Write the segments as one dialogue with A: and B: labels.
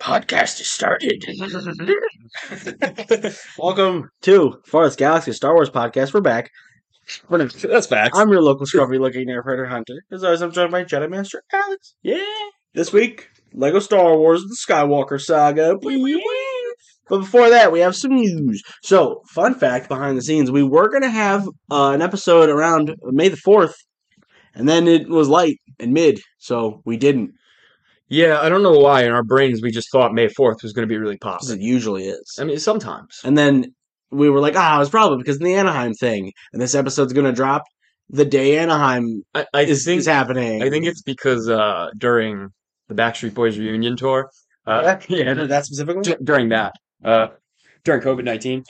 A: podcast is started.
B: Welcome to Farthest Galaxy Star Wars podcast. We're back. My name's-
C: That's facts.
B: I'm your local scruffy looking air predator hunter. As always, I'm joined by Jedi Master Alex. Yeah. This week, Lego Star Wars The Skywalker Saga. Wee, wee, wee. But before that, we have some news. So, fun fact behind the scenes, we were going to have uh, an episode around May the 4th, and then it was light and mid, so we didn't,
C: yeah, I don't know why in our brains we just thought May 4th was going to be really
B: 'cause
C: popular.
B: it usually is.
C: I mean, sometimes.
B: And then we were like, ah, it was probably because of the Anaheim thing, and this episode's going to drop the day Anaheim
C: I, I
B: is,
C: think
B: is happening.
C: I think it's because uh, during the Backstreet Boys reunion tour, uh,
B: yeah, that specific one?
C: d- during that, uh, during COVID 19,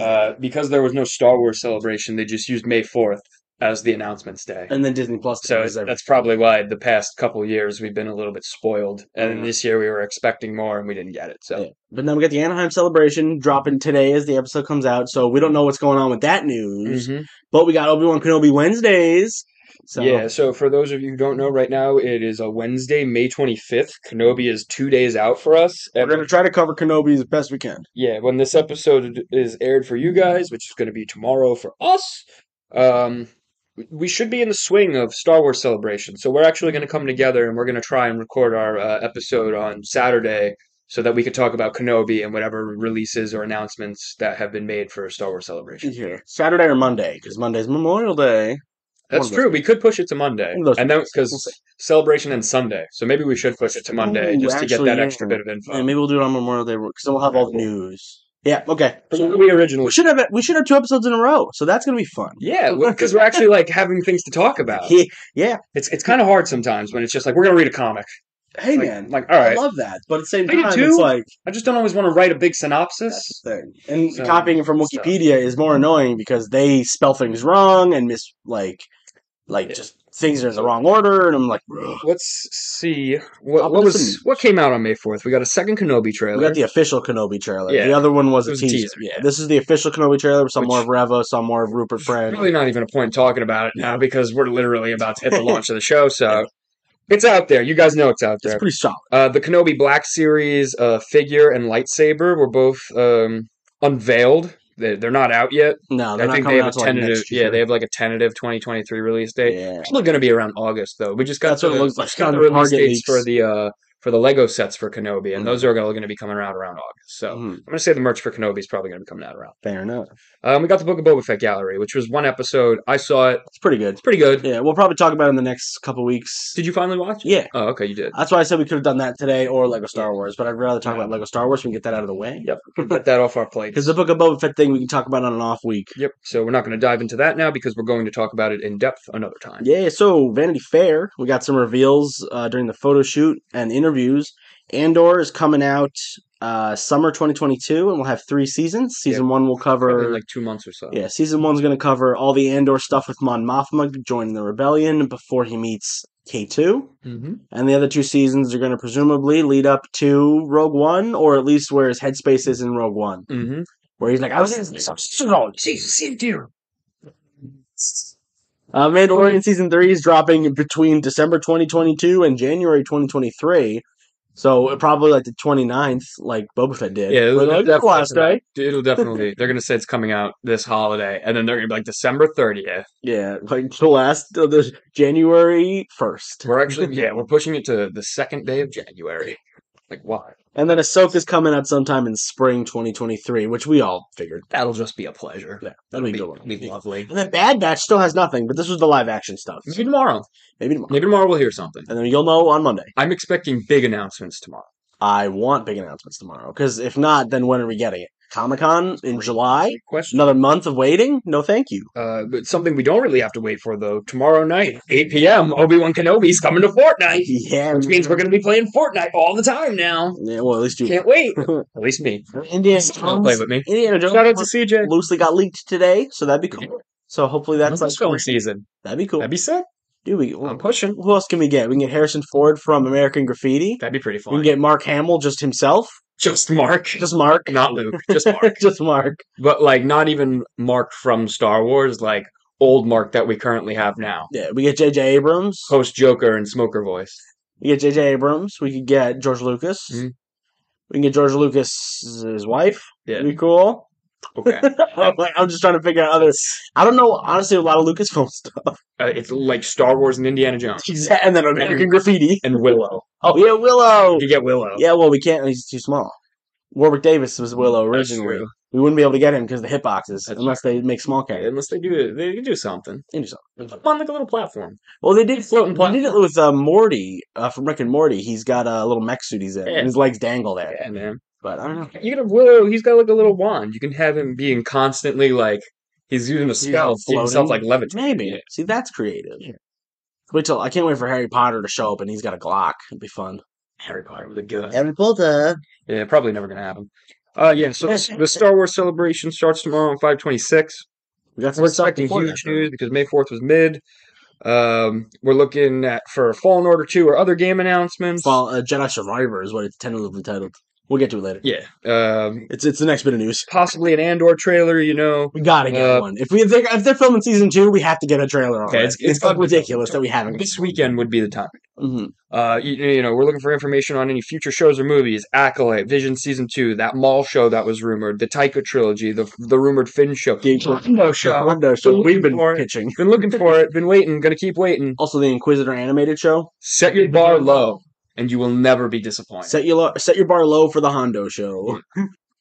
C: uh, because there was no Star Wars celebration, they just used May 4th as the announcements day.
B: and then Disney Plus.
C: So
B: is
C: it's-
B: every-
C: that's probably why the past couple years we've been a little bit spoiled. And
B: Mhm.
C: this year we were expecting more and we didn't get it. So
B: Yeah. but then we got the Anaheim celebration dropping today as the episode comes out. So we don't know what's going on with that news,
C: Mhm.
B: but we got Obi Wan Kenobi Wednesdays. So
C: Yeah, so for those of you who don't know, right now it is a Wednesday, May 25th. Kenobi is two days out for us.
B: we're
C: And-
B: gonna try to cover Kenobi as best we can.
C: yeah, when this episode is aired for you guys, which is going to be tomorrow for us, um, we should be in the swing of Star Wars celebration. So we're actually going to come together and we're going to try and record our uh, episode on Saturday so that we could talk about Kenobi and whatever releases or announcements that have been made for Star Wars celebration.
B: Here, Saturday or Monday, because Monday's Memorial Day.
C: That's
B: One of those
C: true. We could push it to Monday,
B: One of those
C: and then
B: days.
C: because
B: We'll see.
C: celebration and Sunday, so maybe we should push it to Monday
B: Ooh,
C: just to get
B: actually,
C: that
B: yeah.
C: extra bit of info.
B: And maybe we'll do it on Memorial Day because we'll have all the news. Yeah. Okay.
C: So we originally,
B: We should have we should have two episodes in a row, so that's gonna be fun.
C: yeah, because we're actually like having things to talk about.
B: He- yeah.
C: It's it's kind of hard sometimes when it's just like we're gonna read a comic.
B: Hey
C: Like,
B: man,
C: like all right,
B: I love that, but at the same
C: I do
B: time,
C: too.
B: it's like
C: I just don't always want to write a big synopsis.
B: that's the thing. And
C: So,
B: copying it from
C: so-
B: Wikipedia is more annoying because they spell things wrong and miss like like
C: Yeah.
B: just things are in the wrong order, and I'm like, ugh.
C: Let's see what,
B: I'll
C: what
B: put
C: was
B: some news.
C: what came out on May fourth. We got a second Kenobi trailer.
B: we got the official Kenobi trailer. The
C: Yeah.
B: other one was,
C: It was
B: a teaser. Yeah, this is the official Kenobi trailer. Some
C: Which-
B: more of Revo, some more of Rupert Friend.
C: really not even a point talking about it now because we're literally about to hit the launch of the show. So it's out there. You guys know it's out
B: it's
C: there.
B: pretty solid.
C: Uh, the Kenobi Black Series uh, figure and lightsaber were both um, unveiled. They're, they're not out yet.
B: No, Oh, they're
C: I
B: not
C: think
B: coming
C: they have a
B: out till like
C: tentative.
B: next year.
C: yeah, they have like a tentative 2023 release date.
B: yeah.
C: It's still going to be around August though. We just got
B: That's
C: the,
B: what it looks like
C: just got
B: on
C: the release
B: Target
C: dates for
B: leaks.
C: the uh, for the Lego sets for Kenobi, and
B: Mhm.
C: those are all going to be coming out around August. So
B: Mhm.
C: I'm going to say the merch for Kenobi is probably going to be coming out around.
B: Fair enough.
C: Um, we got the Book of Boba Fett gallery, which was one episode. I saw it.
B: It's pretty good.
C: It's pretty good.
B: Yeah, we'll probably talk about it in the next couple weeks.
C: Did you finally watch? it?
B: Yeah,
C: Oh, okay, you did.
B: that's why I said we could have done that today or Lego Star Wars, but I'd rather talk about Lego Star Wars and get that out of the way.
C: Yep. Let that off our plate.
B: Because the Book of Boba Fett thing we can talk about on an off week.
C: Yep. So we're not going to dive into that now because we're going to talk about it in depth another time.
B: Yeah, so Vanity Fair, we got some reveals uh, during the photo shoot and interviews. Andor is coming out uh, summer 2022, and we'll have three seasons. Season one will
C: Probably
B: cover.
C: in like uh, two months or so.
B: yeah, season one's going to cover all the Andor stuff with Mon Mothma joining the rebellion before he meets K2.
C: hmm
B: And the other two seasons are going to presumably lead up to Rogue One, or at least where his headspace is in Rogue One,
C: hmm
B: where he's like, I was in this I'm so long, Jesus, see you. Uh, Mandalorian season three is dropping between December 2022 and January 2023. So uh, probably like the 29th, like Boba Fett did.
C: Yeah,
B: We're
C: it'll,
B: like,
C: def-
B: last day.
C: it'll definitely. They're going to say it's coming out this holiday, and then they're going to be like December 30th.
B: Yeah, like the last, uh, the January 1st.
C: We're actually, yeah, we're pushing it to the second day of January. Like, why?
B: And then Ahsoka's coming out sometime in spring 2023, which we all figured.
C: That'll just be a pleasure.
B: Yeah, that'll be a good
C: It'll
B: one.
C: be, be lovely.
B: And then Bad Batch still has nothing, but this was the live action stuff.
C: Maybe tomorrow.
B: Maybe tomorrow.
C: Maybe tomorrow we'll hear something.
B: And then you'll know on Monday.
C: I'm expecting big announcements tomorrow.
B: I want big announcements tomorrow, because if not, then when are we getting it? Comic Con in July?
C: Question.
B: Another month of waiting? No, thank you.
C: Uh, but something we don't really have to wait for though. Tomorrow night, 8 p.m. Obi Wan Kenobi's coming to Fortnite,
B: Yeah.
C: which means we're going to be playing Fortnite all the time now.
B: yeah well, at least you.
C: Can't wait. At least me.
B: Indiana
C: Don't play
B: Jones.
C: with me.
B: Indiana Jones
C: Shout out to CJ.
B: loosely got leaked today, so that'd be cool. So hopefully that's
C: That's
B: like
C: film season.
B: that'd be cool.
C: That'd be sick.
B: Dude, we,
C: I'm pushing.
B: who else can we get? We can get Harrison Ford from American Graffiti.
C: That'd be pretty
B: We can
C: fun.
B: get Mark Hamill just himself.
C: Just Mark.
B: Just Mark.
C: not Luke. Just Mark.
B: just Mark.
C: but like not even Mark from Star Wars, like old Mark that we currently have now.
B: Yeah, we get J.J. Abrams.
C: Post Joker and Smoker voice.
B: We get J.J. Abrams. We could get George Lucas.
C: Mhm.
B: We can get George Lucas's wife.
C: Yeah.
B: Be cool.
C: Okay.
B: I'm, like, I'm just trying to figure out other. I don't know, honestly, a lot of Lucasfilm stuff.
C: Uh, it's like Star Wars and Indiana Jones
B: Exa- and then American Graffiti.
C: and Willow.
B: Oh yeah, Willow.
C: You get Willow.
B: Yeah, well, we can't. He's too small. Warwick Davis was Willow
C: Mm, That's
B: originally.
C: true.
B: We wouldn't be able to get him because the hitboxes,
C: That's
B: unless they make small
C: Okay,
B: characters.
C: unless they do they can do something.
B: They do something.
C: Put 'em on like a little platform.
B: Well, they did
C: Floating
B: They
C: platform.
B: did it with uh, Morty uh, from Rick and Morty. He's got a little mech suit he's in,
C: Yeah.
B: and his legs dangle there.
C: Yeah, man.
B: But I don't know.
C: You can have Willow. He's got like a little wand. You can have him being constantly like he's using a spell to get himself like
B: floating.
C: levitate.
B: Maybe.
C: Yeah.
B: See, that's creative. Wait till I can't wait for Harry Potter to show up, and he's got a Glock. It'd be fun.
C: Harry Potter with a gun.
B: Harry Potter.
C: Yeah, probably never gonna happen. Uh, yeah. So the, the Star Wars celebration starts tomorrow on five twenty six.
B: We got some
C: We're
B: stuff
C: expecting
B: before
C: huge
B: that.
C: news because May fourth was mid. Um, we're looking at for Fallen Order two or other game announcements.
B: Fall, uh, Jedi Survivor is what it's tentatively titled. We'll get to it later.
C: Yeah. Um,
B: It's it's the next bit of news.
C: possibly an Andor trailer. You know.
B: We gotta get
C: Uh,
B: one. If we if they're, if they're filming season two, we have to get a trailer on
C: Okay,
B: it.
C: it's-
B: It's,
C: it's
B: fucking
C: gotta be-
B: ridiculous that we haven't.
C: This weekend would be the time.
B: Mhm.
C: Uh, you, you know, we're looking for information on any future shows or movies. Acolyte, Vision season two, that mall show that was rumored, the Taika trilogy, the the rumored Finn show.
B: Game
C: Hondo show.
B: Hondo show.
C: We're
B: We've been
C: looking for it.
B: pitching.
C: Been looking for it. Been waiting. Gonna keep waiting.
B: Also, the Inquisitor animated show.
C: Set your bar low, and you will never be disappointed.
B: Set your lo- set your bar low for the Hondo show.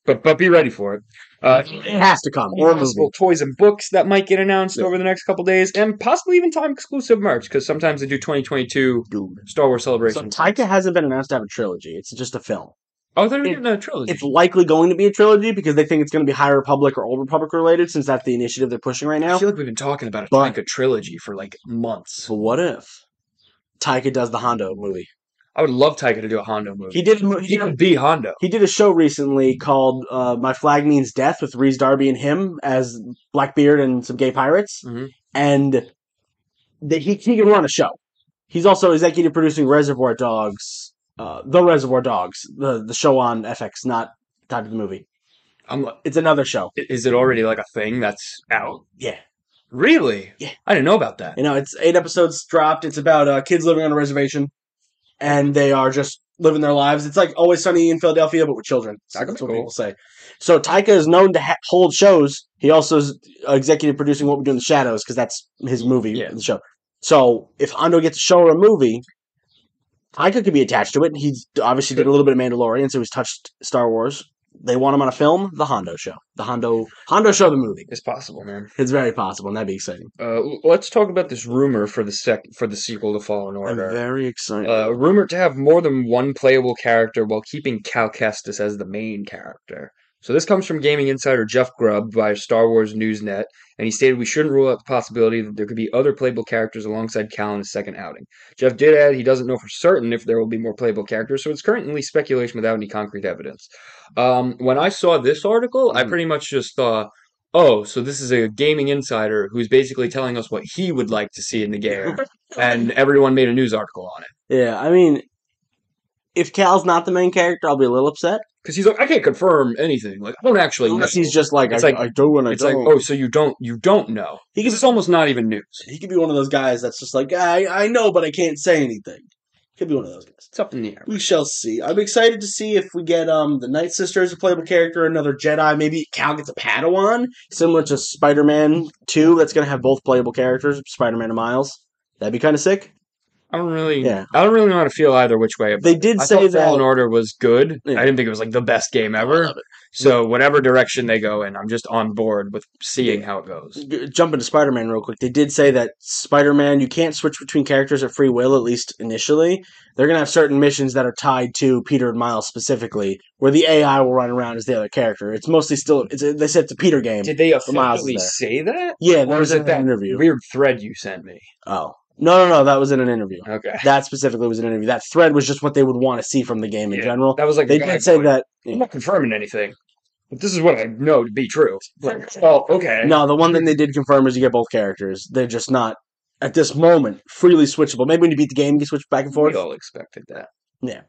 C: but but be ready for it. Uh,
B: It has to come. Or a movie.
C: possible toys and books that might get announced
B: Yeah.
C: over the next couple days, and possibly even time exclusive merch because sometimes they do 2022
B: Dude.
C: Star Wars
B: So
C: celebrations.
B: Taika hasn't been announced to have a trilogy. It's just a film.
C: oh, they're
B: it-
C: getting a trilogy.
B: It's likely going to be a trilogy because they think it's going to be High Republic or Old Republic related, since that's the initiative they're pushing right
C: I
B: now.
C: feel like we've been talking about a
B: But-
C: Taika trilogy for like months.
B: So what if Taika does the Hondo movie?
C: I would love Taika to do a Hondo movie.
B: He did. a mo- He
C: He
B: did a
C: could be Hondo.
B: He did a show recently called uh, "My Flag Means Death" with Reese Darby and him as Blackbeard and some gay pirates,
C: Mhm.
B: and that he he can run a show. He's also executive producing Reservoir Dogs, uh, the Reservoir Dogs, the the show on FX, not type of the movie.
C: I'm. li-
B: It's another show.
C: Is it already like a thing that's out?
B: Yeah,
C: Really?
B: Yeah.
C: I didn't know about that.
B: you know, it's eight episodes dropped. It's about uh, kids living on a reservation, and they are just living their lives. It's like Always Sunny in Philadelphia, but with children.
C: That could
B: That's
C: be
B: what
C: cool.
B: people say. So Taika is known to ha- hold shows. He also is uh, executive producing What We Do in the Shadows because that's his movie,
C: Yeah.
B: the show. So if Hondo gets a show or a movie, Taika could be attached to it. He obviously did a little bit of Mandalorian, so he's touched Star Wars. They want him on a film, the Hondo show, the Hondo Hondo show, the movie.
C: It's possible, man.
B: It's very possible, and that'd be exciting.
C: Uh, l- let's talk about this rumor for the sec for the sequel to Fallen
B: I'm
C: Order.
B: very excited.
C: Uh, rumored to have more than one playable character while keeping Cal Kestis as the main character. So this comes from gaming insider Jeff Grubb via Star Wars Newsnet, and he stated we shouldn't rule out the possibility that there could be other playable characters alongside Cal in his second outing. Jeff did add he doesn't know for certain if there will be more playable characters, so it's currently speculation without any concrete evidence. Um, when I saw this article, I
B: Mhm.
C: pretty much just thought, oh, so this is a gaming insider who's basically telling us what he would like to see in the game, and everyone made a news article on it.
B: Yeah, I mean, if Cal's not the main character, I'll be a little upset.
C: Because he's like, I can't confirm anything. Like, I don't actually know.
B: Unless he's just like, I,
C: It's like-
B: I do and I
C: it's like,
B: don't.
C: oh, so you don't, you don't know.
B: he could
C: Because it's almost not even news.
B: he could be one of those guys that's just like, I I know, but I can't say anything. Could be one of those guys.
C: It's up in the air.
B: We shall see. I'm excited to see if we get um the Night Sister as a playable character, another Jedi. Maybe Cal gets a Padawan, similar to Spider-Man Two. That's gonna have both playable characters, Spider-Man and Miles. That'd be kind of sick.
C: I don't really,
B: Yeah.
C: I don't really know how to feel either which way.
B: They did
C: I
B: say
C: thought
B: that.
C: Fallen Order was good.
B: Yeah.
C: I didn't think it was like the best game
B: I
C: ever.
B: love
C: So whatever direction they go in, I'm just on board with seeing how it goes.
B: g- jump into Spider-Man real quick. They did say that Spider-Man you can't switch between characters at free will at least initially. They're going to have certain missions that are tied to Peter and Miles specifically where the AI will run around as the other character. It's mostly still it's a, they said it's a Peter game.
C: Did they
B: Miles is
C: officially
B: there.
C: say that?
B: yeah,
C: Or
B: there
C: was
B: was
C: it
B: an
C: that
B: interview.
C: weird thread you sent me?
B: oh. No, no, no, that was in an interview.
C: Okay,
B: That specifically was an interview. That thread was just what they would want to see from the game in
C: Yeah.
B: general.
C: that was like a
B: They
C: guy
B: did say
C: going,
B: that
C: I'm not confirming anything, but this is what I know to be true. Like, well, okay.
B: No, the one thing they did confirm is you get both characters. They're just not at this moment freely switchable. Maybe when you beat the game, you switch back and forth.
C: we all expected that.
B: It,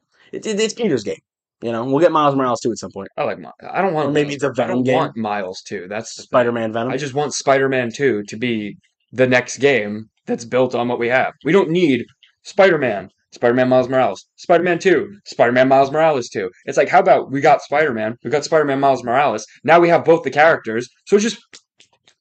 B: it, it's Peter's game. You know, we'll get Miles Morales too at some point.
C: I like. Mi- I don't want.
B: Or maybe it's a
C: Miles. I
B: Venom
C: don't
B: game.
C: want Miles too. That's the thing.
B: Spider-Man Venom.
C: I just want Spider-Man 2 to be the next game that's built on what we have. We don't need Spider-Man, Spider-Man Miles Morales, Spider-Man 2, Spider-Man Miles Morales 2. It's like, how about we got Spider-Man, we got Spider-Man Miles Morales. Now we have both the characters, so just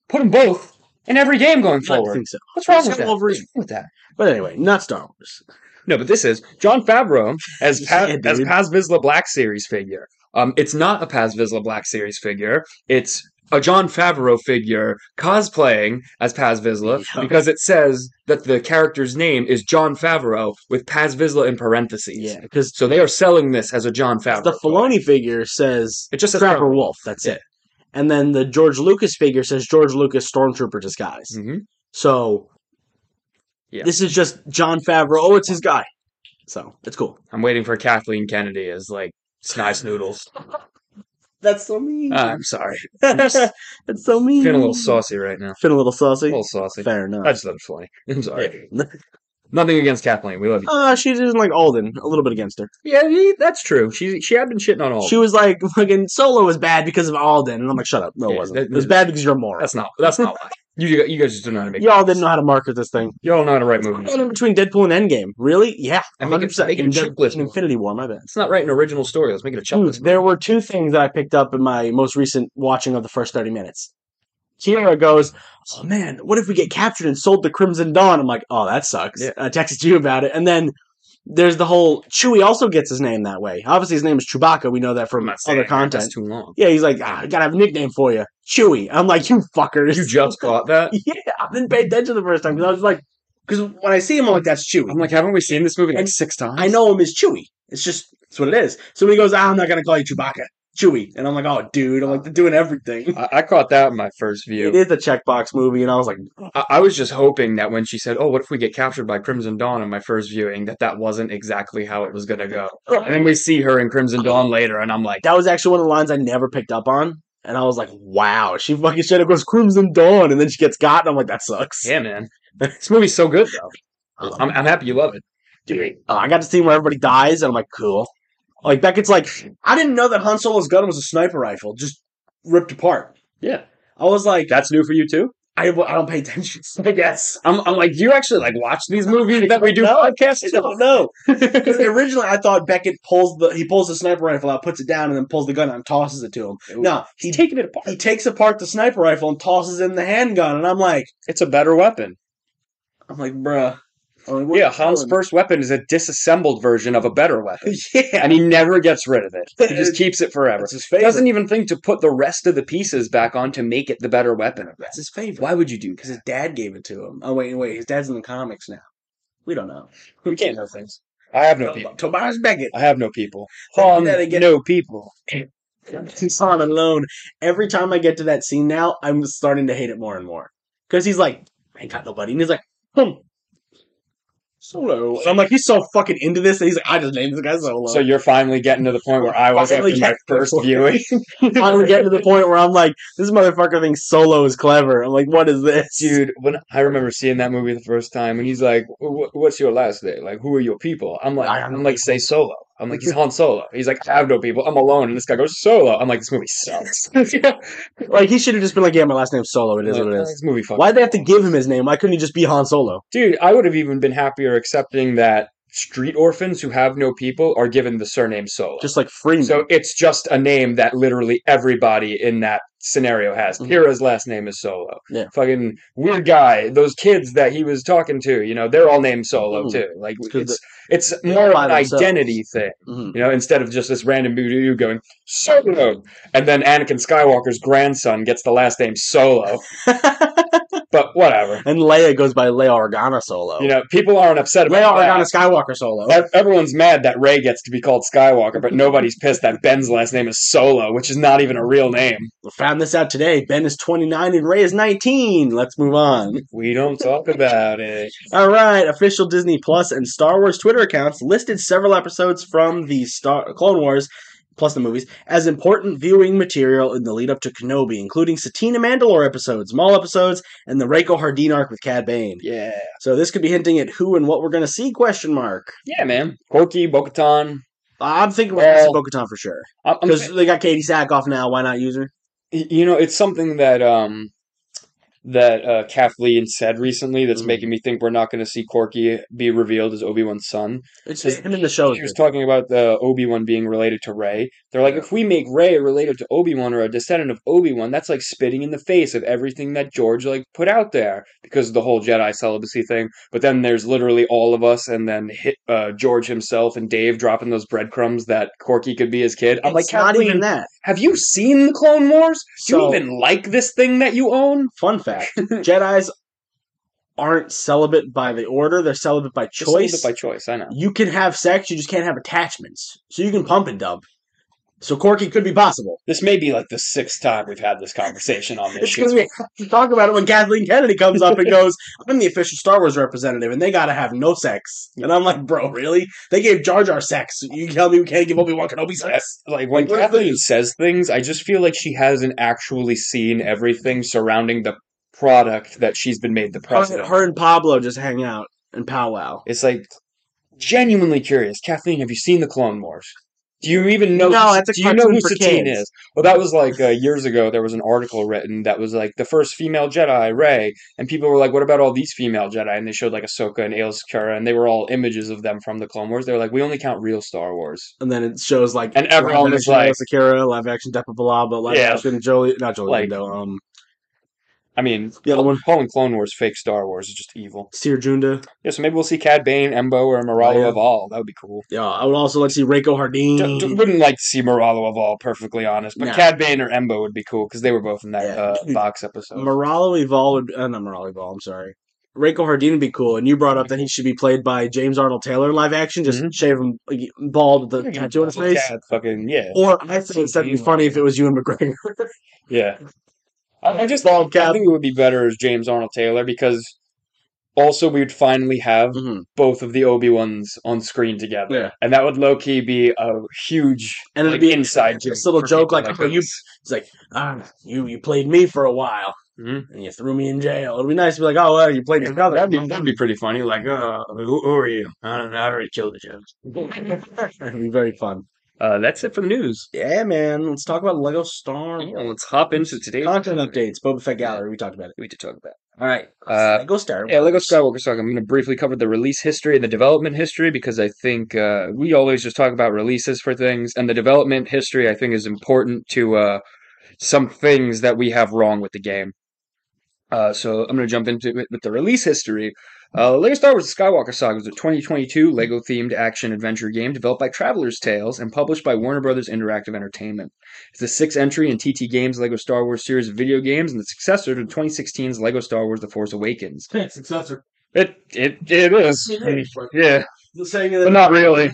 C: put them both in every game going
B: I don't
C: forward.
B: think so.
C: What's wrong
B: Let's
C: with
B: have
C: that?
B: Wolverine.
C: What's wrong with that?
B: But anyway, not Star Wars.
C: No, but this is John Favreau as
B: Yeah,
C: pa- as
B: dude.
C: Paz Vizsla Black series figure. Um, it's not a Paz Vizsla Black series figure. It's a John Favreau figure cosplaying as Paz Vizsla
B: Yeah.
C: because it says that the character's name is John Favreau with Paz Vizsla in parentheses.
B: Yeah, because
C: So they are selling this as a John Favreau.
B: the
C: toy.
B: Filoni figure says
C: It just says
B: Trapper Wolf. That's
C: Yeah.
B: it. And then the George Lucas figure says George Lucas Stormtrooper disguise.
C: hmm
B: So
C: Yeah.
B: this is just John Favreau. Oh, it's his guy. So it's cool.
C: I'm waiting for Kathleen Kennedy as like Snipes Noodles.
B: That's so mean.
C: Ah, I'm sorry,
B: That's so mean.
C: feeling a little saucy right now.
B: Feeling a little saucy.
C: A little saucy.
B: Fair
C: I
B: enough.
C: just thought it was funny. I'm sorry.
B: Yeah.
C: Nothing against Kathleen. We love you.
B: Uh, she didn't like Alden. A little bit against her.
C: Oh, Yeah, he- that's true. She she had been shitting on all.
B: She was like, "Fucking Solo was bad because of Alden," and I'm like, "Shut up! No, it
C: Yeah,
B: wasn't.
C: that-
B: it was bad because you're a moron.
C: that's not that's not why. You you you guys just don't know how to make.
B: Y'all didn't know how to market this thing."
C: Y'all know how to write movies.
B: Going in between Deadpool and Endgame, really? Yeah,
C: Mm. And make it-
B: 100%.
C: make it a
B: And Dead-
C: checklist.
B: and Infinity War. My bad.
C: Let's not write an original story. Let's make it a
B: Ooh,
C: checklist.
B: there were two things that I picked up in my most recent watching of the first 30 minutes. Kiera goes, Oh man, what if we get captured and sold to Crimson Dawn? I'm like, Oh, that sucks.
C: Yeah.
B: I texted you about it. And then there's the whole Chewie also gets his name that way. Obviously, his name is Chewbacca. We know that
C: I'm
B: from
C: not saying
B: other
C: that. That's
B: content.
C: too long.
B: Yeah, he's like, ah, I gotta have a nickname for you. Chewie. I'm like, You fuckers.
C: You just caught that.
B: yeah, I didn't pay attention the first time because I was like, Because when I see him, I'm like, That's Chewie.
C: I'm like, haven't we seen this movie like
B: And
C: six times?
B: I know him as Chewy. It's just it's what it is. So when he goes, ah, I'm not gonna call you Chewbacca, Chewy, and I'm like, oh, dude, I'm like they're doing everything.
C: I, I caught that in my first
B: It
C: view.
B: is a checkbox movie, and I was like,
C: I, I was just hoping that when she said, "Oh, what if we get captured by Crimson Dawn?" in my first viewing, that that wasn't exactly how it was gonna go. And then we see her in Crimson Dawn later, and I'm like,
B: that was actually one of the lines I never picked up on, and I was like, wow, she fucking shit. It goes Crimson Dawn, and then she gets got, and I'm like, that sucks.
C: "Yeah, man, this movie's so good though.
B: I love
C: I'm, I'm happy you love it."
B: Dude, uh, I got to see where everybody dies, and I'm like, cool. Like Beckett's like, I didn't know that Han Solo's gun was a sniper rifle, just ripped apart.
C: Yeah,
B: I was like,
C: that's new for you too.
B: I, I don't pay attention. I guess.
C: I'm, I'm like, do you actually like watch these movies that we do
B: No,
C: podcasts?
B: I don't know. Because originally I thought Beckett pulls the he pulls the sniper rifle out, puts it down, and then pulls the gun out and tosses it to him. No, he
C: taking it apart.
B: he takes apart the sniper rifle and tosses in the handgun, and I'm like,
C: It's a better weapon.
B: I'm like, bruh. I'm like, what
C: Yeah,
B: are you
C: Han's
B: doing?
C: first weapon is a disassembled version of a better weapon,
B: Yeah,
C: and he never gets rid of it. He just keeps it forever.
B: that's his
C: He
B: favorite.
C: doesn't even think to put the rest of the pieces back on to make it the better weapon.
B: that's his favorite.
C: Why would you do?
B: Because his dad gave it to him. Oh wait, wait, his dad's in the comics now. We don't know.
C: We can't know things. I have no people.
B: Tobias Beckett.
C: I have no people.
B: They do
C: Han,
B: that again.
C: no people.
B: He's on alone. Every time I get to that scene now, I'm starting to hate it more and more. Because he's like, I ain't got nobody. And he's like, hmm. Solo. And I'm like, he's so fucking into this. And he's like, I just named this guy Solo.
C: So you're finally getting to the point where I was after
B: Finally
C: my
B: getting to the
C: first
B: point.
C: viewing.
B: finally getting to the point where I'm like, this motherfucker thinks Solo is clever. I'm like, what is this?
C: dude when i remember seeing that movie the first time and he's like "Wh- what's your last name like who are your people i'm like
B: I have no
C: i'm like say solo i'm like he's han solo he's like i have no people i'm alone and this guy goes solo i'm like this movie sucks yeah.
B: Like, he should have just been like, yeah, my last name's Solo. It is what it is.
C: this movie fucking
B: Why'd they have to give him his name? Why couldn't he just be Han Solo?
C: dude i would have even been happier accepting that street orphans who have no people are given the surname solo
B: Just like Freeman.
C: so it's just a name that literally everybody in that scenario has.
B: Mhm.
C: Kira's last name is Solo.
B: Yeah.
C: Fucking weird guy. Those kids that he was talking to, you know, they're all named Solo
B: Mhm.
C: too. Like
B: 'Cause
C: it's it's more
B: by
C: of an
B: themselves.
C: identity thing,
B: Mhm.
C: you know, instead of just this random dude going Solo, and then Anakin Skywalker's grandson gets the last name Solo. but whatever,
B: and Leia goes by Leia Organa Solo.
C: you know, people aren't upset
B: Leia
C: about
B: Organa
C: that.
B: Skywalker Solo.
C: Ev- Everyone's mad that Ray gets to be called Skywalker, but nobody's pissed that Ben's last name is Solo, which is not even a real name.
B: found this out today. Ben is 29 and Ray is 19. Let's move on.
C: We don't talk about it.
B: All right, official Disney Plus and Star Wars Twitter accounts listed several episodes from the Star Clone Wars plus the movies as important viewing material in the lead up to Kenobi, including Satina Mandalore episodes, Maul episodes, and the Reiko Hardin arc with Cad Bane.
C: Yeah.
B: So this could be hinting at who and what we're going to see question mark.
C: Yeah, man. Corky, Bo-Katan.
B: I'm thinking we're going
C: Well-
B: to see Bo-Katan for sure.
C: I- I'm
B: Because they got Katie Sackhoff now, why not use her?
C: thi- you know, it's something that um that uh, Kathleen said recently that's
B: Mm.
C: making me think we're not going to see Corky be revealed as Obi Wan's son.
B: It's
C: Is-
B: him in the show. is
C: She was
B: good.
C: talking about the Obi Wan being related to Ray. They're like, if we make Ray related to Obi Wan or a descendant of Obi Wan, that's like spitting in the face of everything that George like put out there because of the whole Jedi celibacy thing. But then there's literally all of us, and then hit, uh, George himself and Dave dropping those breadcrumbs that Corky could be his kid. I'm
B: It's
C: like, Kathleen,
B: not even that.
C: have you seen the Clone Wars? Do
B: So-
C: you even like this thing that you own?
B: Fun fact: Jedi's aren't celibate by the order; they're celibate by
C: Just a little
B: choice.
C: bit by choice. I know.
B: you can have sex, you just can't have attachments. So you can pump and dump. So Corky could be possible.
C: This may be like the sixth time we've had this conversation on this.
B: It's gonna be to talk about it when Kathleen Kennedy comes up and goes, "I'm the official Star Wars representative, and they gotta have no sex." And I'm like, "Bro, really? They gave Jar Jar sex? You tell me we can't give Obi Wan Kenobi sex?"
C: like when
B: Like, what if
C: Kathleen
B: they-
C: says things, I just feel like she hasn't actually seen everything surrounding the product that she's been made the president.
B: Her and Pablo just hang out and powwow.
C: It's like genuinely curious. Kathleen, have you seen the Clone Wars? Do you even know?
B: No,
C: who-
B: that's a
C: do you know who
B: cartoon for
C: Satine
B: kids.
C: is? Well, that was like uh, years ago. There was an article written that was like the first female Jedi, Rey, and people were like, "What about all these female Jedi?" And they showed like Ahsoka and Aayla Secura, and they were all images of them from the Clone Wars. They were like, "We only count real Star Wars."
B: And then it shows like
C: And everyone
B: live
C: was
B: action
C: like-
B: Ayla Sakura, live action Depa Balaba, live
C: Yeah.
B: action Jolie, not Jolie
C: Like-
B: Lindo, um,
C: I mean,
B: The other one.
C: calling Clone Wars fake Star Wars is just evil.
B: Seer Junda.
C: Yeah, so maybe we'll see Cad Bane, Embo, or Moralo
B: Leia.
C: of all. That would be cool.
B: Yeah, I would also like to see Reiko
C: D- d-
B: Hardin.
C: wouldn't like to see Moralo of all, perfectly honest, but
B: No.
C: Cad Bane or Embo would be cool because they were both in that
B: Yeah,
C: uh,
B: dude.
C: box episode.
B: Moralo Evol would uh, not Moralo Evol, I'm sorry. Reiko Hardin would be cool, and you brought up that he should be played by James Arnold Taylor in live action, just
C: Mhm.
B: shave him like, bald with
C: Yeah,
B: a tattoo on his
C: well,
B: face. Oh.
C: Cad fucking yeah,
B: Or I think that'd be funny if it was Ewan McGregor.
C: yeah. I, I just
B: Bald
C: I
B: Cad.
C: think it would be better as James Arnold Taylor because also we'd finally have
B: Mhm.
C: both of the Obi Ones on screen together,
B: Yeah,
C: and that would low key be a huge
B: And it'd
C: like,
B: be
C: inside
B: just a
C: joke
B: little
C: for
B: joke
C: people
B: like, "Oh, you-
C: us."
B: it's like ah, you you played me for a while,
C: Mhm.
B: and you threw me in jail. It'd be nice to be like, oh, well, you played your brother.
C: That'd be, that'd be pretty funny. Like, uh, who, who are you? I don't know. I already killed the joke.
B: It'd be very fun.
C: Uh, that's it for the news.
B: Yeah, man. Let's talk about Lego Star
C: Yeah,
B: Wars.
C: let's hop into today's
B: content updates. Boba Fett Gallery. We talked about it.
C: We did talk about.
B: All right.
C: Uh,
B: Lego Star.
C: Yeah, Lego Skywalker Saga. I'm going to briefly cover the release history and the development history because I think uh, we always just talk about releases for things, and the development history I think is important to uh, some things that we have wrong with the game. Uh, so I'm going to jump into it with the release history. Uh, Lego Star Wars The Skywalker Saga is a 2022 Lego themed action adventure game developed by Traveler's Tales and published by Warner Brothers Interactive Entertainment. It's the sixth entry in TT Games' Lego Star Wars series of video games and the successor to 2016's Lego Star Wars The Force Awakens.
B: successor.
C: It it it is. Yeah,
B: Saying
C: but not really.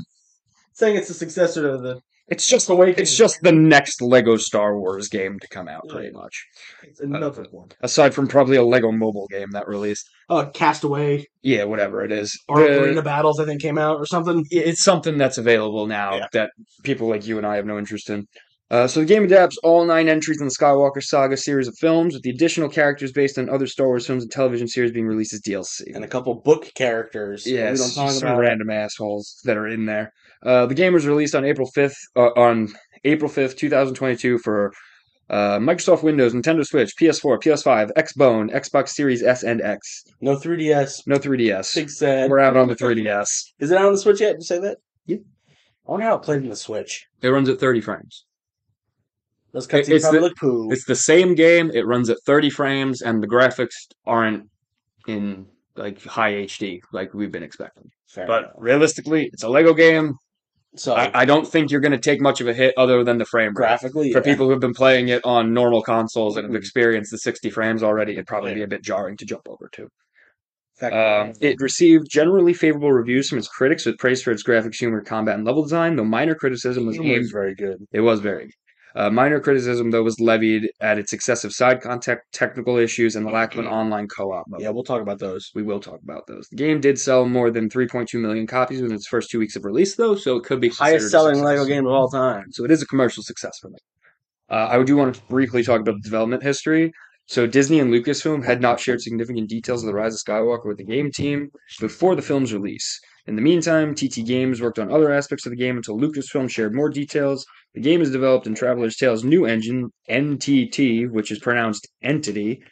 B: Saying it's the successor to the.
C: It's just it's just the next Lego Star Wars game to come out, pretty much.
B: It's another
C: Uh,
B: one.
C: Aside from probably a Lego mobile game that released.
B: Uh, Castaway
C: Yeah, whatever it is.
B: or
C: The-
B: Arena Battles, I think, came out or something.
C: it's something that's available now
B: Yeah.
C: that people like you and I have no interest in. Uh, so the game adapts all nine entries in the Skywalker Saga series of films, with the additional characters based on other Star Wars films and television series being released as DLC.
B: And a couple book characters. that
C: Yes,
B: We don't talk
C: some
B: about.
C: random assholes that are in there. Uh, the game was released on April fifth uh, on April fifth, two thousand twenty-two, for uh, Microsoft Windows, Nintendo Switch, PS4, PS5, Xbone, Xbox Series S and X.
B: No 3DS.
C: No 3DS.
B: Big sad.
C: We're out on the 3DS.
B: Is it out on the Switch yet? Did you say that?
C: Yeah.
B: I wonder how it played in the Switch.
C: It runs at thirty frames.
B: Those
C: It-
B: cutscenes
C: it's
B: probably
C: the-
B: look poo.
C: It's the same game. It runs at thirty frames, and the graphics aren't in like high HD like we've been expecting.
B: Fair
C: But
B: enough.
C: realistically, it's a Lego game.
B: so
C: I, I don't think you're going to take much of a hit other than the frame rate.
B: graphically,
C: for
B: yeah.
C: people who've been playing it on normal consoles and have
B: Mhm.
C: experienced the 60 frames already, it'd probably
B: Yeah.
C: be a bit jarring to jump over to.
B: Fact-
C: Um, it received generally favorable reviews from its critics, with praise for its graphics, humor, combat, and level design. Though minor criticism was
B: Humor is
C: aimed,
B: very good.
C: it was very. Uh, minor criticism though was levied at its excessive side contact, technical issues, and the lack
B: Mm-hmm.
C: of an online co-op mode.
B: Yeah, we'll talk about those.
C: We will talk about those. The game did sell more than 3.2 million copies within its first two weeks of release, though, so it could be considered a
B: Highest selling
C: success.
B: Lego game of all time.
C: So it is a commercial success for me. Uh, I do want to briefly talk about the development history. So Disney and Lucasfilm had not shared significant details of the Rise of Skywalker with the game team before the film's release. In the meantime, TT Games worked on other aspects of the game until Lucasfilm shared more details. The game is developed in Traveler's Tales' new engine, NTT, which is pronounced Entity,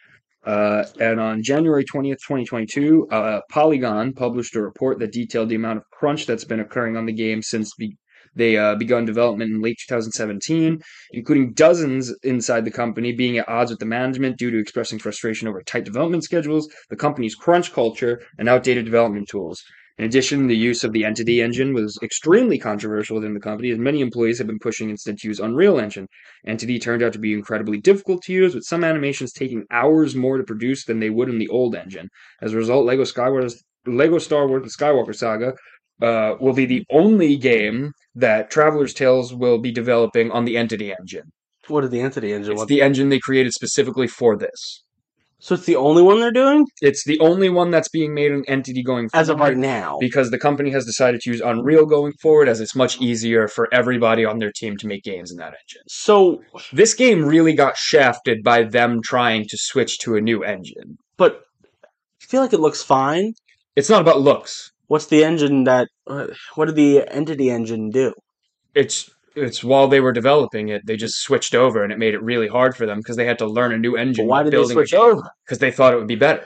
C: Uh, and on January 20th, 2022, uh, Polygon published a report that detailed the amount of crunch that's been occurring on the game since be- they uh, begun development in late 2017, including dozens inside the company being at odds with the management due to expressing frustration over tight development schedules, the company's crunch culture, and outdated development tools. In addition, the use of the Entity Engine was extremely controversial within the company, as many employees have been pushing instead to use Unreal Engine. Entity turned out to be incredibly difficult to use, with some animations taking hours more to produce than they would in the old engine. As a result, Lego Skyward, Lego Star Wars: The Skywalker Saga uh, will be the only game that Traveler's Tales will be developing on the Entity Engine.
B: What did the Entity Engine
C: It's
B: want?
C: the engine they created specifically for this.
B: so it's the only one they're doing
C: It's the only one that's being made an entity going
B: as of
C: forward.
B: right now.
C: because the company has decided to use Unreal going forward as it's much easier for everybody on their team to make games in that engine.
B: So,
C: This game really got shafted by them trying to switch to a new engine.
B: but I feel like it looks fine.
C: It's not about looks.
B: What's the engine that? Uh, what did the Entity Engine do?
C: It's it's while they were developing it, they just switched over and it made it really hard for them because they had to learn a new
B: But
C: engine.
B: why did they switch over?
C: Because they thought it would be better.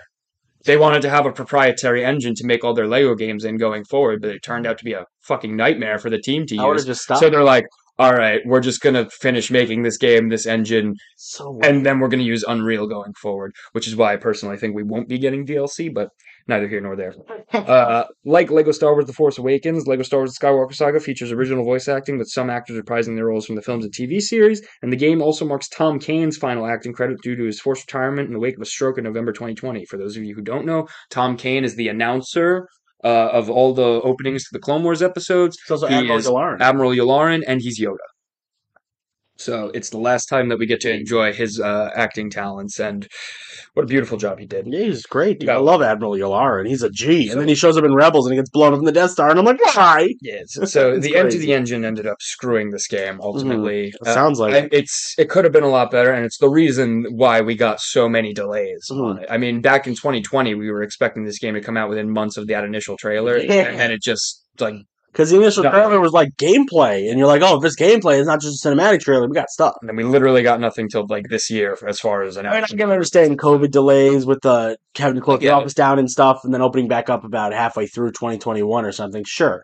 C: They wanted to have a proprietary engine to make all their Lego games in going forward, but it turned out to be a fucking nightmare for the team to
B: I would have
C: use.
B: just stopped.
C: So they're like, all right, we're just going to finish making this game, this engine,
B: so weird.
C: and then we're going to use Unreal going forward, which is why I personally think we won't be getting DLC, but neither here nor there. Uh, like Lego Star Wars The Force Awakens, Lego Star Wars The Skywalker Saga features original voice acting, with some actors reprising their roles from the films and TV series, and the game also marks Tom Kane's final acting credit due to his forced retirement in the wake of a stroke in November 2020. For those of you who don't know, Tom Kane is the announcer uh, of all the openings to the Clone Wars episodes.
B: It's also
C: he
B: Admiral
C: is
B: Gallarn.
C: Admiral Yularen, and he's Yoda. So it's the last time that we get to enjoy his uh, acting talents, and what a beautiful job he did.
B: yeah, he's great. Dude.
C: Yeah.
B: I love Admiral Yularen. He's a G.
C: So-
B: and then he shows up in Rebels and he gets blown up in the Death Star, and I'm like, why?
C: Yes. So
B: It's
C: the end of
B: crazy. Mm-hmm.
C: the engine ended up screwing this game ultimately.
B: It
C: Uh,
B: sounds like
C: I- it's it could have been a lot better, and it's the reason why we got so many delays
B: Mm-hmm.
C: on it. I mean, back in 2020, we were expecting this game to come out within months of that initial trailer,
B: Yeah.
C: and then it just like
B: because the initial
C: No.
B: trailer was like gameplay, and you're like, oh, if it's gameplay, it's not just a cinematic trailer. We got stuff.
C: and then we literally got nothing till like this year as far as an
B: I mean, I
C: action.
B: can understand COVID delays with uh, having to close the
C: Yeah.
B: office down and stuff, and then opening back up about halfway through 2021 or something. Sure,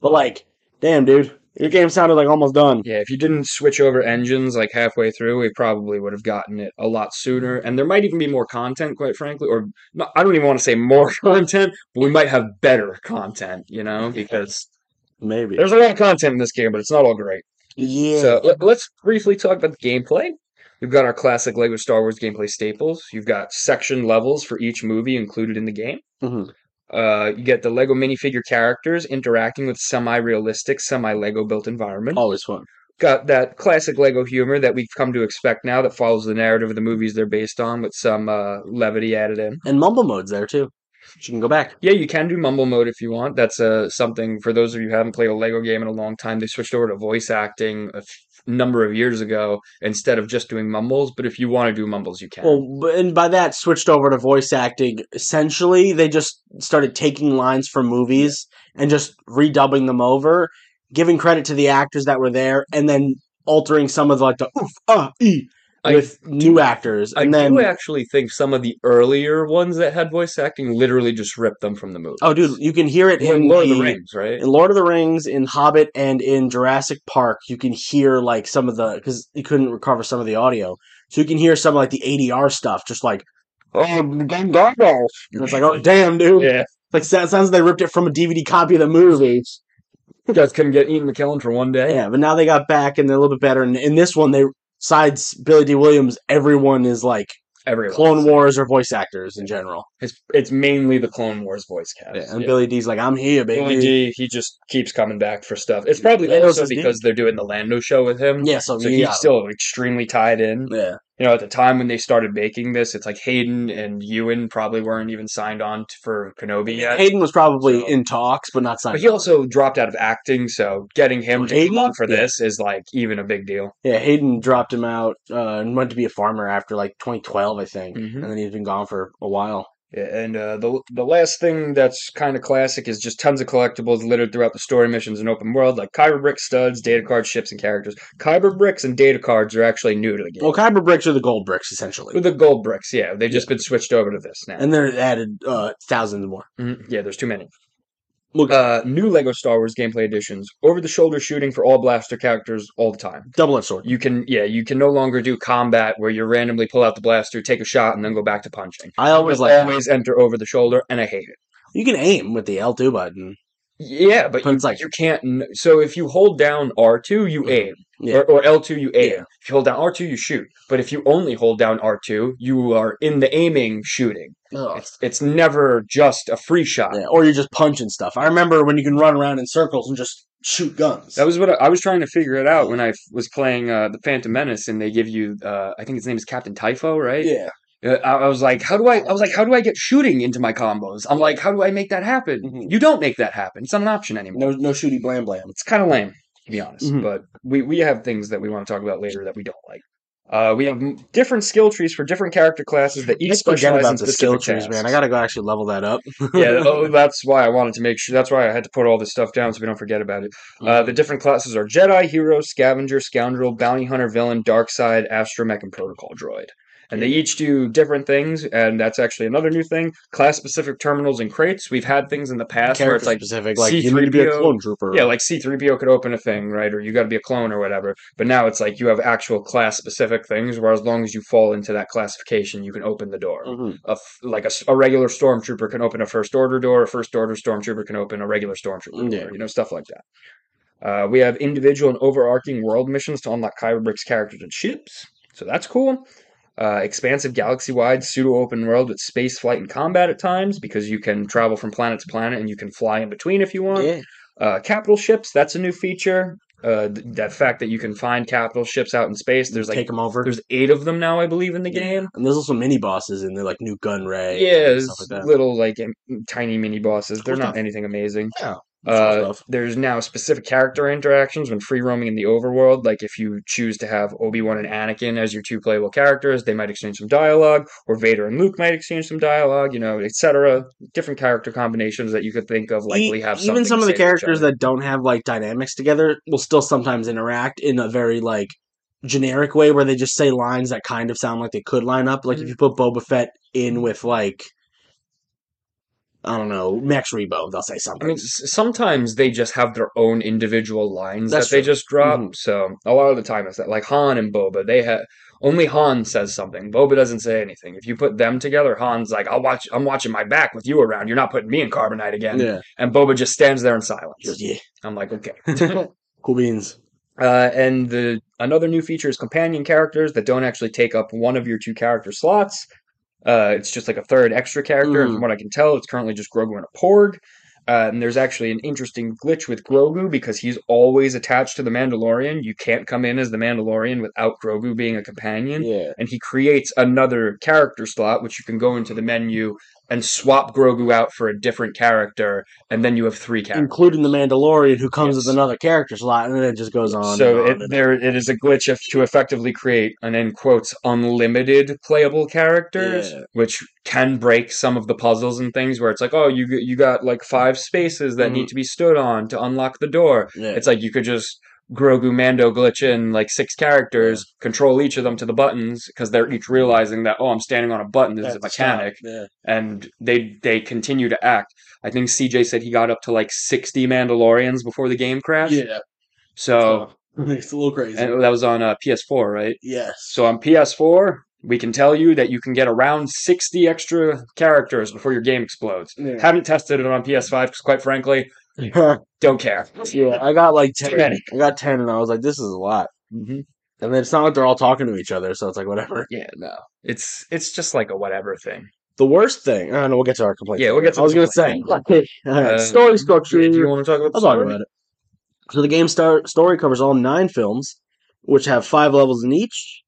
B: but like, damn, dude, your game sounded like almost done.
C: Yeah, if you didn't switch over engines like halfway through, we probably would have gotten it a lot sooner. And there might even be more content, quite frankly, or no, I don't even want to say more content, but we might have better content, you know, because
B: Maybe.
C: there's a lot of content in this game, but it's not all great.
B: yeah.
C: So let, let's briefly talk about the gameplay. We've got our classic LEGO Star Wars gameplay staples. You've got section levels for each movie included in the game.
B: Mhm.
C: Uh, you get the LEGO minifigure characters interacting with semi-realistic, semi-LEGO built environment
B: Always fun.
C: got that classic Lego humor that we've come to expect now that follows the narrative of the movies they're based on with some uh, levity added in.
B: And mumble mode's there too. You can go back.
C: Yeah, you can do mumble mode if you want. That's uh, something for those of you who haven't played a Lego game in a long time. They switched over to voice acting a f- number of years ago instead of just doing mumbles. But if you want to do mumbles, you can.
B: Well, b- and by that switched over to voice acting. Essentially, they just started taking lines from movies and just redubbing them over, giving credit to the actors that were there, and then altering some of the, like the oof ah e
C: I
B: with new
C: do-
B: actors,
C: I
B: and then
C: do actually think some of the earlier ones that had voice acting literally just ripped them from the movie.
B: oh dude, you can hear it in
C: in Lord of the
B: the-
C: Rings, right?
B: in Lord of the Rings, in Hobbit, and in Jurassic Park, you can hear like some of the because you couldn't recover some of the audio, so you can hear some like the ADR stuff, just like oh damn goggles, and it's like oh damn dude,
C: Yeah,
B: like so- sounds like they ripped it from a DVD copy of the movie.
C: you guys couldn't get Ian McKellen for one day.
B: Yeah, but now they got back and they're a little bit better. And in this one, they sides Billy D. Williams, everyone is like
C: Everyone.
B: Clone Wars or voice actors in general,
C: It's it's mainly the Clone Wars voice cast.
B: and
C: Yeah.
B: Billy D's like I'm here, baby.
C: Billy D, he just keeps coming back for stuff. It's probably
B: Lando's
C: also
B: his dude.
C: because they're doing the Lando show with him.
B: Yeah, so,
C: So
B: yeah,
C: he's still extremely tied in.
B: yeah.
C: You know, at the time when they started making this, it's like Hayden and Ewan probably weren't even signed on t- for Kenobi yet.
B: Hayden was probably
C: So-
B: in talks, but not signed.
C: but he also dropped out of acting, so getting him to
B: Hayden?
C: come on for
B: Yeah.
C: this is like even a big deal.
B: Yeah, Hayden dropped him out uh, and went to be a farmer after like 2012, I think,
C: Mhm.
B: and then he's been gone for a while.
C: And uh, the the last thing that's kind of classic is just tons of collectibles littered throughout the story missions and open world, like Kyber brick studs, data cards, ships, and characters. Kyber bricks and data cards are actually new to the game.
B: Well, Kyber bricks are the gold bricks essentially,
C: With the gold bricks, yeah, they've just been switched over to this now.
B: and they're added uh, thousands more.
C: Mhm, Yeah, there's too many.
B: Look-
C: uh, new Lego Star Wars gameplay editions, over-the-shoulder shooting for all blaster characters all the time.
B: Double edged sword.
C: You can, yeah, you can no longer do combat where you randomly pull out the blaster, take a shot, and then go back to punching.
B: I always like. that.
C: Always enter over the shoulder, and I hate it.
B: You can aim with the L two button.
C: Yeah, but,
B: But
C: you,
B: it's like-
C: you can't. kn- So if you hold down R two, you
B: Mhm.
C: aim,
B: Yeah.
C: or, or L two, you aim.
B: Yeah.
C: If you hold down R two, you shoot. But if you only hold down R two, you are in the aiming shooting.
B: Ugh.
C: It's it's never just a free shot.
B: Yeah, or you're just punching stuff. I remember when you can run around in circles and just shoot guns.
C: That was what I, I was trying to figure it out when I f- was playing uh, the Phantom Menace, and they give you, uh, I think his name is Captain Typho, right?
B: yeah.
C: Uh, I, I was like, how do I? I was like, how do I get shooting into my combos? I'm like, how do I make that happen?
B: Mhm.
C: You don't make that happen. It's not an option anymore.
B: No, no shooty blam blam.
C: It's kind of lame, to be honest.
B: Mhm.
C: But we we have things that we want to talk about later that we don't like. Uh, we have m- different skill trees for different character classes that each
B: Let's forget
C: specialize
B: about
C: in
B: the skill
C: specific
B: trees, man. I
C: tasks.
B: gotta go actually level that up.
C: yeah, oh, that's why I wanted to make sure. That's why I had to put all this stuff down so we don't forget about it.
B: Mm-hmm.
C: Uh, the different classes are Jedi, Hero, Scavenger, Scoundrel, Bounty Hunter, Villain, Dark Side, Astromech, and Protocol Droid. And they each do different things, and that's actually another new thing. Class specific terminals and crates. We've had things in the past where it's
B: character
C: like,
B: specific, like you need to be a
C: C-3PO.
B: clone trooper.
C: yeah, like C3PO could open a thing, right? Or you got to be a clone or whatever. But now it's like you have actual class specific things where as long as you fall into that classification, you can open the door
B: Mhm.
C: a f- like a, s- a regular stormtrooper can open a first order door, a first order stormtrooper can open a regular stormtrooper
B: Yeah.
C: door, you know, stuff like that. Uh, we have individual and overarching world missions to unlock Kyber Brick's characters and ships, so that's cool. Uh, expansive galaxy wide pseudo open world with space flight and combat at times because you can travel from planet to planet and you can fly in between if you want.
B: Yeah.
C: Uh, capital ships, that's a new feature. Uh, th- that fact that you can find capital ships out in space, there's like
B: Take them over.
C: there's eight of them now, I believe, in the game.
B: And there's also mini bosses in there, like new gun ray.
C: Yeah,
B: and
C: it's little like im- tiny mini bosses. They're
B: Cool
C: not
B: stuff.
C: anything amazing.
B: Yeah. That's cool
C: Uh,
B: stuff.
C: there's now specific character interactions when free roaming in the overworld. Like if you choose to have Obi Wan and Anakin as your two playable characters, they might exchange some dialogue, or Vader and Luke might exchange some dialogue. You know, etc. Different character combinations that you could think of likely
B: E-
C: have
B: even
C: something
B: some
C: to
B: of the
C: say to each
B: characters
C: other.
B: that don't have like dynamics together will still sometimes interact in a very like generic way where they just say lines that kind of sound like they could line up. Like if
C: Mhm.
B: you put Boba Fett in with like I don't know Max Rebo, they'll say
C: I
B: something.
C: mean, s- sometimes they just have their own individual lines
B: That's
C: that they
B: true.
C: just drop.
B: Mhm.
C: So a lot of the time it's that, like Han and Boba, they have only Han says something. Boba doesn't say anything. If you put them together, Han's like, "I'll watch. I'm watching my back with you around. You're not putting me in carbonite again."
B: yeah,
C: And Boba just stands there in silence.
B: He goes, yeah,
C: I'm like, okay.
B: cool beans.
C: Uh, and the another new feature is companion characters that don't actually take up one of your two character slots. Uh, it's just like a third extra character, and
B: Mm.
C: from what I can tell, it's currently just Grogu and a Porg. Uh, and there's actually an interesting glitch with Grogu because he's always attached to the Mandalorian. You can't come in as the Mandalorian without Grogu being a companion.
B: Yeah,
C: And he creates another character slot, which you can go into the menu and swap Grogu out for a different character, and then you have three characters.
B: including the Mandalorian who comes
C: Yes.
B: with another character slot, and then it just goes on. and
C: So
B: on
C: it,
B: and
C: there, it is a glitch of, to effectively create an in quotes unlimited playable characters,
B: Yeah.
C: which can break some of the puzzles and things where it's like, oh, you g- you got like five spaces that need to be stood on to unlock the door.
B: Mm-hmm. yeah.
C: It's like you could just Grogu Mando glitch in like six characters, control each of them to the buttons because they're each realizing that oh, I'm standing on a button. This is a
B: That's the
C: mechanic,
B: stop. Yeah.
C: and they they continue to act. I think CJ said he got up to like sixty Mandalorians before the game crashed.
B: Yeah.
C: So
B: it's a little crazy.
C: and that was on uh, PS4, right?
B: yes.
C: So on PS4, we can tell you that you can get around 60 extra characters before your game explodes.
B: Yeah.
C: Haven't tested it on PS5 because, quite frankly, don't care.
B: yeah, I got like ten.
C: Too many.
B: I got ten, and I was like, "This is a lot."
C: Mhm.
B: And then it's not like they're all talking to each other, so it's like whatever.
C: Yeah, no, it's it's just like a whatever thing.
B: The worst thing, I don't know. We'll get to our complaints.
C: Yeah, we'll get to
B: I was
C: the
B: gonna say all right,
C: Uh,
B: story structure.
C: Do you want to talk about?
B: I'll
C: the
B: talk
C: story?
B: about it. So the game star- story covers all nine films, which have five levels in each.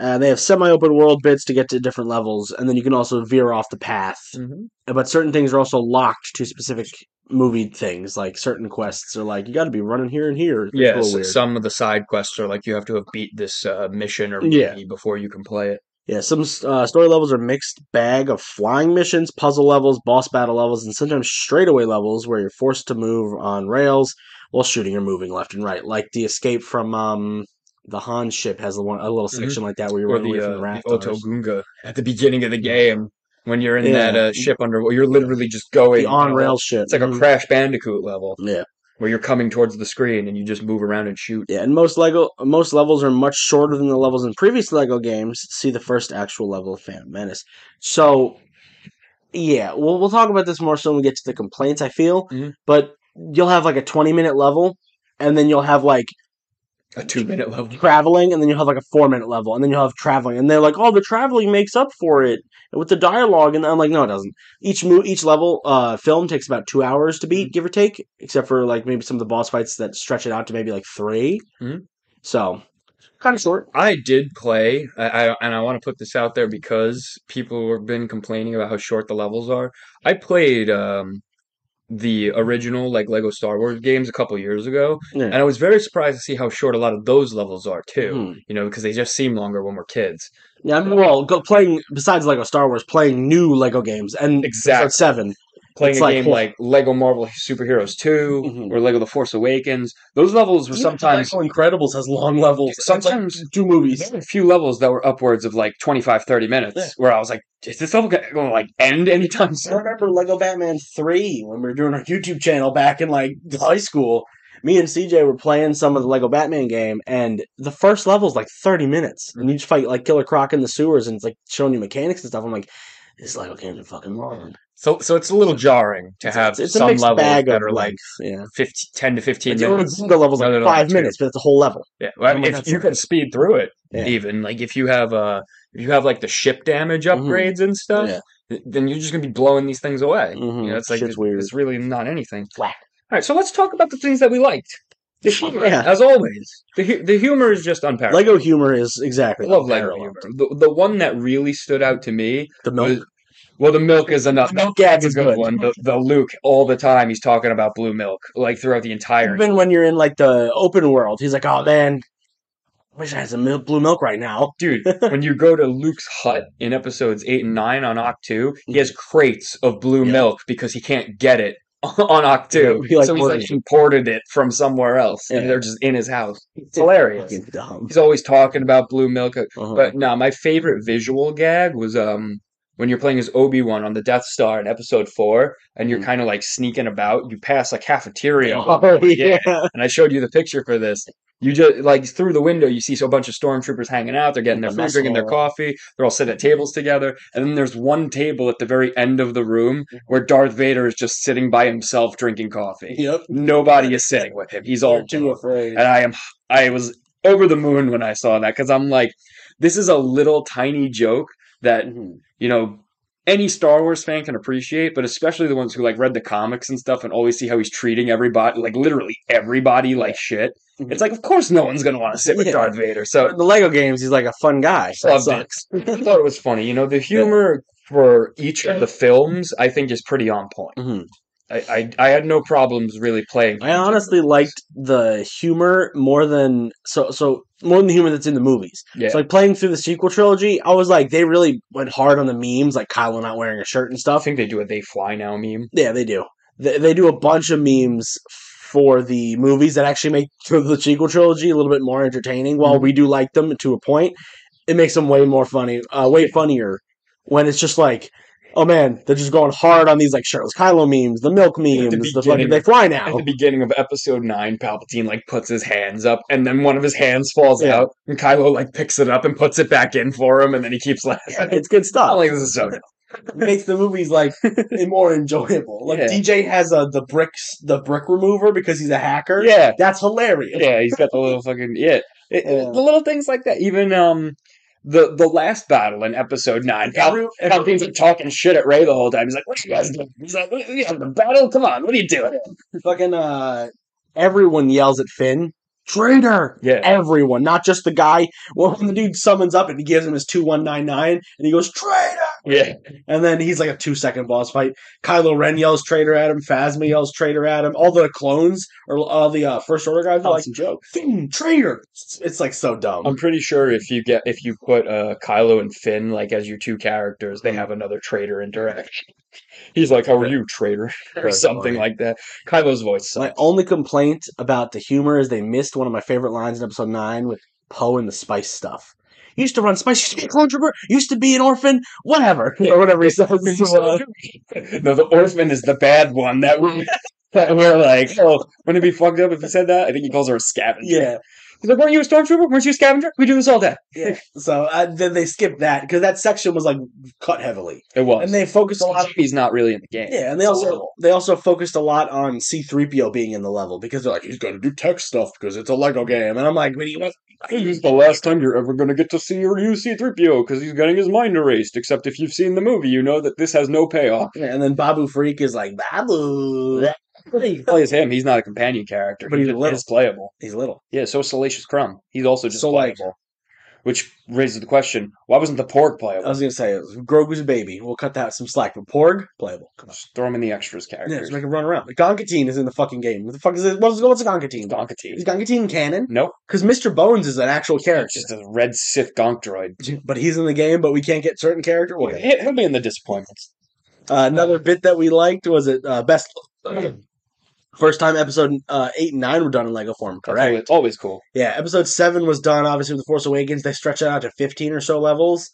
B: Uh, they have semi-open world bits to get to different levels, and then you can also veer off the path.
C: Mhm.
B: But certain things are also locked to specific movie things, like certain quests are like you got to be running here and here. It's a
C: Yeah,
B: little
C: so
B: weird.
C: some of the side quests are like you have to have beat this uh, mission or
B: Yeah.
C: movie before you can play it.
B: Yeah, some uh, story levels are mixed bag of flying missions, puzzle levels, boss battle levels, and sometimes straightaway levels where you're forced to move on rails while shooting or moving left and right. Like the escape from um, the Han ship has a, one, a little
C: Mhm.
B: section like that where you're
C: or
B: running
C: the,
B: away
C: uh,
B: from the
C: the
B: raft.
C: Oto Gunga at the beginning of the game when you're in that
B: Yeah.
C: uh, ship under you're literally just going
B: The on
C: all-
B: rail ship.
C: It's like a
B: Mhm.
C: Crash Bandicoot level
B: Yeah.
C: where you're coming towards the screen and you just move around and shoot.
B: Yeah, and most Lego most levels are much shorter than the levels in previous Lego games. See the first actual level of Phantom Menace. So, yeah, we'll we'll talk about this more so when we get to the complaints. I feel,
C: Mhm.
B: but you'll have like a twenty minute level, and then you'll have like
C: A two minute level.
B: traveling, and then you'll have like a four minute level, and then you'll have traveling, and they're like, oh, the traveling makes up for it with the dialogue, and I'm like, no, it doesn't. Each move, each level, uh, film takes about two hours to beat, give or take, except for like maybe some of the boss fights that stretch it out to maybe like 3
C: Mhm.
B: So, kind of short.
C: I did play, I, I, and I want to put this out there because people have been complaining about how short the levels are. I played um, the original like Lego Star Wars games a couple years ago,
B: Yeah.
C: and I was very surprised to see how short a lot of those levels are too.
B: Mhm.
C: You know, because they just seem longer when we're kids.
B: Yeah, I mean, well, go playing besides Lego Star Wars, playing new Lego games and
C: Exactly.
B: episode seven.
C: Playing
B: It's
C: a
B: like,
C: game
B: whoa.
C: like Lego Marvel Superheroes 2
B: Mhm.
C: or Lego The Force Awakens, those levels were sometimes
B: Lego Incredibles has long levels. and it's like
C: Sometimes-
B: two movies.
C: there were a few levels that were upwards of like 25 30 minutes
B: Yeah.
C: where i was like is this level going to like end anytime
B: I
C: soon
B: remember Lego Batman three when we were doing our YouTube channel back in like high school. Me and CJ were playing some of the Lego Batman game, and the first level is like thirty minutes, and you just fight like Killer Croc in the sewers, and it's like showing you mechanics and stuff. I'm like, this Lego game's are fucking long.
C: so so it's a little jarring to
B: It's-
C: have
B: it's, it's a
C: some
B: mixed
C: levels
B: bag
C: that
B: of
C: are like
B: length, yeah.
C: 50, 10 to 15
B: Like, the
C: minutes
B: Gunga level's like
C: No, no, no,
B: five
C: two.
B: minutes, but it's a whole level.
C: yeah well, I
B: Oh
C: mean,
B: my
C: if
B: God,
C: you
B: so-
C: can speed through it
B: Yeah.
C: even like if you have uh if you have like the ship damage upgrades and stuff
B: Mm-hmm. Yeah.
C: th- then you're just going to be blowing these things away
B: Mhm.
C: you know it's like
B: Shit's
C: it's,
B: weird.
C: it's really not anything
B: Whack.
C: all right so let's talk about the things that we liked the humor
B: Yeah.
C: as always the, hu- the humor is just unparalleled
B: Lego humor is exactly.
C: I love Lego humor.
B: unparalleled.
C: The, the one that really stood out to me
B: The milk.
C: was well, the milk is enough.
B: The milk gag
C: That's a
B: is
C: good,
B: good.
C: one. The, the Luke all the time he's talking about blue milk like throughout the entire.
B: Even when you're in like the open world, he's like, "Oh man, I wish I had some milk, blue milk right now."
C: Dude, when you go to Luke's hut in episodes eight and nine on Oct two, he has crates of blue
B: Mm. Yeah.
C: milk because he can't get it on Oct two,
B: He, like,
C: so he's like
B: ordered it.
C: imported it from somewhere else, and
B: Yeah.
C: they're just in his house. It's hilarious.
B: Fucking dumb.
C: He's always talking about blue milk. uh,
B: Uh-huh.
C: But no, my favorite visual gag was um when you're playing as Obi Wan on the Death Star in Episode Four, and you're
B: Mhm.
C: kind of like sneaking about. You pass a cafeteria,
B: Oh, yeah.
C: and I showed you the picture for this. You just like through the window, you see so a bunch of stormtroopers hanging out. They're getting their
B: The
C: food,
B: mess
C: drinking their
B: hall.
C: coffee. They're all sitting at tables together, and then there's one table at the very end of the room
B: Mm-hmm.
C: where Darth Vader is just sitting by himself drinking coffee.
B: Yep.
C: Nobody is sitting with him. He's all
B: They're too
C: alone.
B: afraid.
C: And I am I was over the moon when I saw that because I'm like, this is a little tiny joke that,
B: Mhm.
C: you know, any Star Wars fan can appreciate, but especially the ones who like read the comics and stuff and always see how he's treating everybody, like literally everybody like shit.
B: Mhm.
C: It's like, of course no one's gonna want to sit with
B: Yeah.
C: Darth Vader. So
B: In uh, the Lego games, he's like a fun guy. That
C: Loved it.
B: sucks.
C: I thought it was funny. You know, the humor for each of the films I think is pretty on point.
B: Mhm.
C: I I, I had no problems really playing.
B: I honestly liked the humor more than so so more than the humor that's in the movies.
C: yeah.
B: So like playing through the sequel trilogy, I was like they really went hard on the memes, like Kylo not wearing a shirt and
C: I
B: stuff.
C: think they do a they fly now meme.
B: Yeah, they do. They, they do a bunch of memes for the movies that actually make the sequel trilogy a little bit more entertaining. While
C: Mhm.
B: we do like them to a point, it makes them way more funny, uh, way funnier when it's just like. Oh man, they're just going hard on these like shirtless Kylo memes, the milk
C: the
B: memes, the
C: beginning
B: fucking they fly
C: At
B: now.
C: the beginning of episode nine, Palpatine like puts his hands up, and then one of his hands falls
B: Yeah.
C: out, and Kylo like picks it up and puts it back in for him, and then he keeps laughing.
B: It's good stuff.
C: I'm like, this is so dumb.
B: makes the movies like more enjoyable. Like
C: Yeah.
B: DJ has a the bricks the brick remover because he's a hacker.
C: Yeah,
B: That's hilarious.
C: yeah, he's got the little fucking yeah. It- it-
B: Yeah.
C: The little things like that. Even um, the the last battle in episode nine, Pal-
B: Every-
C: Palpatine's like talking shit at Ray the whole time. He's like, "What you guys doing?" He's like, "We- "We have the battle. Come on, what are you doing?"
B: Fucking uh everyone yells at Finn traitor.
C: Yeah.
B: Everyone, not just the guy. Well, when the dude summons up and he gives him his 2199 and he goes, traitor.
C: Yeah.
B: And then he's like a two second boss fight. Kylo Ren yells traitor at him. Phasma yells traitor at him. All the clones or all the uh, First Order guys are like,
C: Awesome joke.
B: Finn, traitor. It's, it's, like so dumb.
C: Oh. I'm pretty sure if you get if you put uh, Kylo and Finn like as your two characters,
B: Mm-hmm.
C: they have another traitor interaction. He's like, "How are you, traitor?" or
B: Very
C: something
B: funny.
C: like that. Kylo's voice.
B: My
C: sucks.
B: only complaint about the humor is they missed one of my favorite lines in episode nine with Poe and the spice stuff. Used to run spice, used to be a clone trooper, used to be an orphan, whatever. Or whatever he says. Uh, Mm.
C: no, the orphan is the bad one that we that we're like, oh, wouldn't it be fucked up if he said that? I think he calls her a scavenger.
B: yeah.
C: He's like, weren't you a stormtrooper? Weren't you a scavenger? We do this all day.
B: yeah. So uh, then they skipped that because that section was like cut heavily.
C: It was.
B: And they focused a lot
C: he's not really in the game.
B: Yeah, and they also they also focused a lot on C three PO being in the level because they're like he's going to do tech stuff because it's a Lego game, and I'm like, but he was
C: This is the last time you're ever going to get to see or use C-3PO because he's getting his mind erased. Except if you've seen the movie, you know that this has no payoff.
B: And then Babu Freak is like Babu,
C: He plays him. He's not a companion character,
B: But
C: he
B: he's
C: just
B: little.
C: is playable.
B: he's little.
C: Yeah, so is Salacious Crumb. He's also just
B: So, like-
C: playable. which raises the question: Why wasn't the Porg
B: I
C: playable?
B: was gonna say it was Grogu's baby. We'll cut that some slack, but Porg playable. Come on,
C: Just throw him in the extras
B: yeah,
C: characters.
B: just make him run around. Gonkatine is in the fucking game. What the fuck is it? What's, what's a Gonkatine?
C: Gonkatine.
B: Is Gonkatine canon?
C: Nope.
B: Because Mr. Bones is an actual character,
C: Just a red Sith Gonk droid.
B: but he's in the game, but we can't get certain character. We'll get
C: He- He'll be in the disappointments.
B: Uh, another bit that we liked was it uh, best first time episode uh, eight and nine were done in Lego form,
C: That's
B: correct?
C: always- always cool.
B: Yeah, episode seven was done obviously with the Force Awakens. They stretched it out to fifteen or so levels,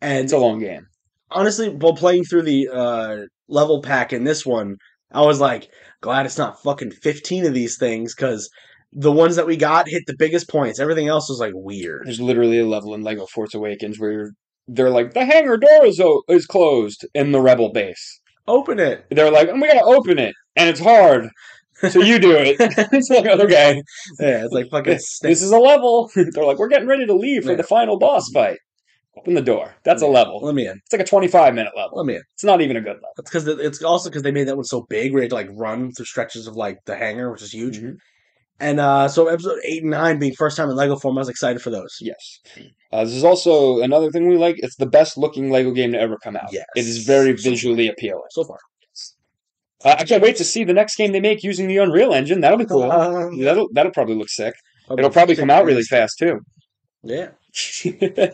B: and
C: It's a long game.
B: honestly, while playing through the uh, level pack in this one, I was like, glad it's not fucking fifteen of these things because the ones that we got hit the biggest points. Everything else was like weird.
C: There's literally a level in Lego Force Awakens where you're, they're like, the hangar door is, o- is closed in the Rebel base.
B: Open it.
C: They're like, and we gotta open it, and it's hard. So you do it. it's like, okay,
B: Yeah, it's like fucking. snake.
C: this is a level. they're like, we're getting ready to leave for the final boss fight. Open the door. That's a level.
B: Let me in.
C: It's like a 25 minute level.
B: Let me in.
C: It's not even a good level.
B: It's because it's also because they made that one so big, where you had to like run through stretches of like the hangar, which is
C: Mm-hmm.
B: huge. And uh, so episode eight and nine being first time in Lego form, I was excited for those.
C: Yes. Uh, this is also another thing we like. It's the best looking Lego game to ever come out.
B: Yes.
C: It is very visually appealing.
B: So far,
C: Uh, I can't wait to see the next game they make using the Unreal Engine. That'll be cool.
B: Um,
C: That'll that'll probably look sick. It'll probably come out really fast too.
B: Yeah,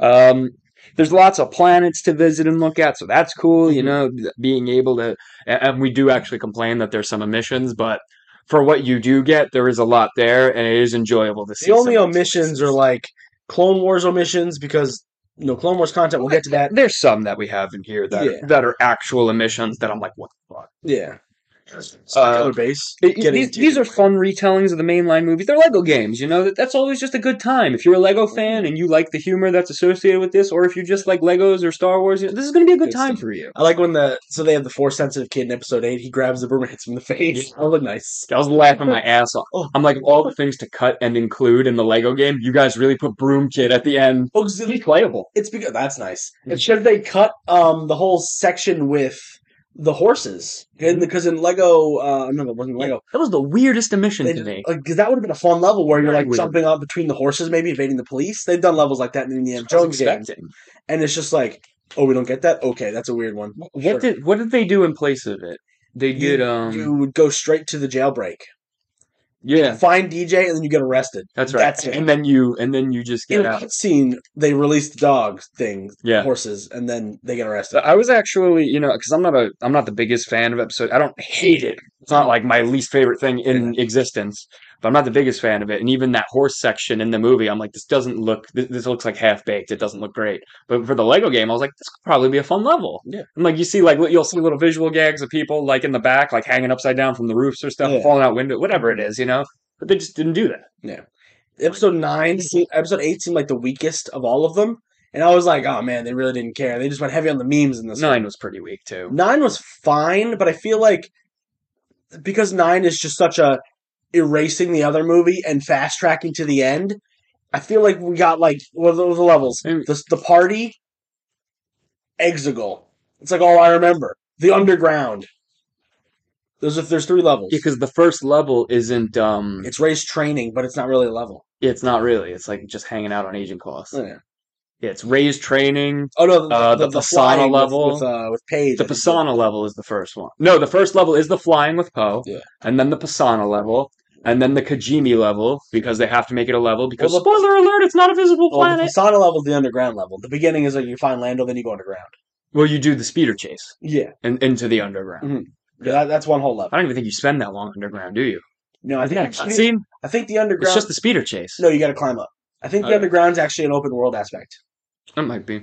C: um, there's lots of planets to visit and look at, so that's cool. You
B: Mhm.
C: know, th- being able to, a- and we do actually complain that there's some omissions, but for what you do get, there is a lot there, and it is enjoyable to see.
B: the only
C: some of these
B: omissions
C: places.
B: are like Clone Wars omissions because no Clone Wars content. We'll get to that.
C: There's some that we have in here that
B: Yeah.
C: that are actual omissions that I'm like, what the fuck?
B: Yeah,
C: Uh,
B: Stellar base.
C: It-
B: getting
C: these,
B: to-
C: these are fun retellings of the mainline movies. They're Lego games, you know. that- That's always just a good time. If you're a Lego fan and you like the humor that's associated with this, or if you just like Legos or Star Wars, you know, this is going to be a good
B: Good
C: time
B: stuff.
C: for you.
B: I like when the so they have the force sensitive kid in episode eight. He grabs the broom and hits him in the face. I look nice.
C: I was laughing my ass off.
B: Oh.
C: I'm like, of all the things to cut and include in the Lego game, you guys really put Broom Kid at the end.
B: Oh, 'cause
C: He's playable.
B: It's because that's nice.
C: Mhm.
B: It's because they cut um the whole section with the horses,
C: Mm-hmm.
B: and because in Lego, uh, no, it wasn't Lego.
C: That was the weirdest omission
B: They
C: to me.
B: just- like, 'cause that would have been a fun level where you're
C: Very
B: like
C: weird.
B: jumping up between the horses, maybe evading the police. They've done levels like that in the Indiana Jones games, and it's just like, oh, we don't get that. Okay, that's a weird one.
C: What
B: Sure.
C: did what did they do in place of it? They did um
B: you would go straight to the jailbreak,
C: yeah
B: find DJ, and then you get arrested.
C: that's right
B: That's it.
C: and then you and then you just
B: In
C: get
B: a
C: out
B: cutscene, they release the dogs, thing,
C: yeah
B: horses, and then they get
C: So
B: arrested.
C: I was actually, you know, because I'm not a, I'm not the biggest fan of episode. I don't hate it. It's not like my least favorite thing in existence, but I'm not the biggest fan of it. And even that horse section in the movie, I'm like, this doesn't look. This, this looks like half baked. It doesn't look great. But for the Lego game, I was like, this could probably be a fun level.
B: Yeah.
C: And like you see, like li- you'll see little visual gags of people like in the back, like hanging upside down from the roofs or stuff,
B: Yeah.
C: falling out window, whatever it is, you know. But they just didn't do that.
B: episode nine, se- episode eight seemed like the weakest of all of them, and I was like, oh man, they really didn't care. They just went heavy on the memes in this.
C: Nine was pretty weak too.
B: one. nine was fine, but I feel like because nine is just such a erasing the other movie and fast tracking to the end. I feel like we got like what are those levels?
C: Maybe-
B: The, the party, Exegol. It's like all I remember. The underground. There's if there's three levels.
C: because the first level isn't um
B: it's race training, but it's not really a level. Oh,
C: it's not really it's like just hanging out on agent costs
B: Yeah.
C: yeah, it's raised training
B: Oh no, the,
C: Uh,
B: the,
C: the
B: the
C: Pisana
B: flying with-
C: level.
B: with, uh, with Paige.
C: the
B: I think.
C: Pisana level is the first one no the first level is the flying with Poe
B: Yeah.
C: and then the Pisana level and then the Kajimi level because they have to make it a level because
B: Well, the-
C: spoiler alert it's not a visible
B: Well, the
C: planet
B: Pisana level is the underground level. The beginning is like you find Lando, then you go underground.
C: well you do the speeder chase
B: Yeah,
C: and into the underground
B: Mhm. that, that's one whole
C: I
B: level.
C: don't even think you spend that long underground do you
B: No, I think actually,
C: see
B: I think the
C: it's
B: underground.
C: just the speeder chase
B: no, you got to climb up. I think the
C: Okay.
B: underground's actually an open world aspect.
C: that might be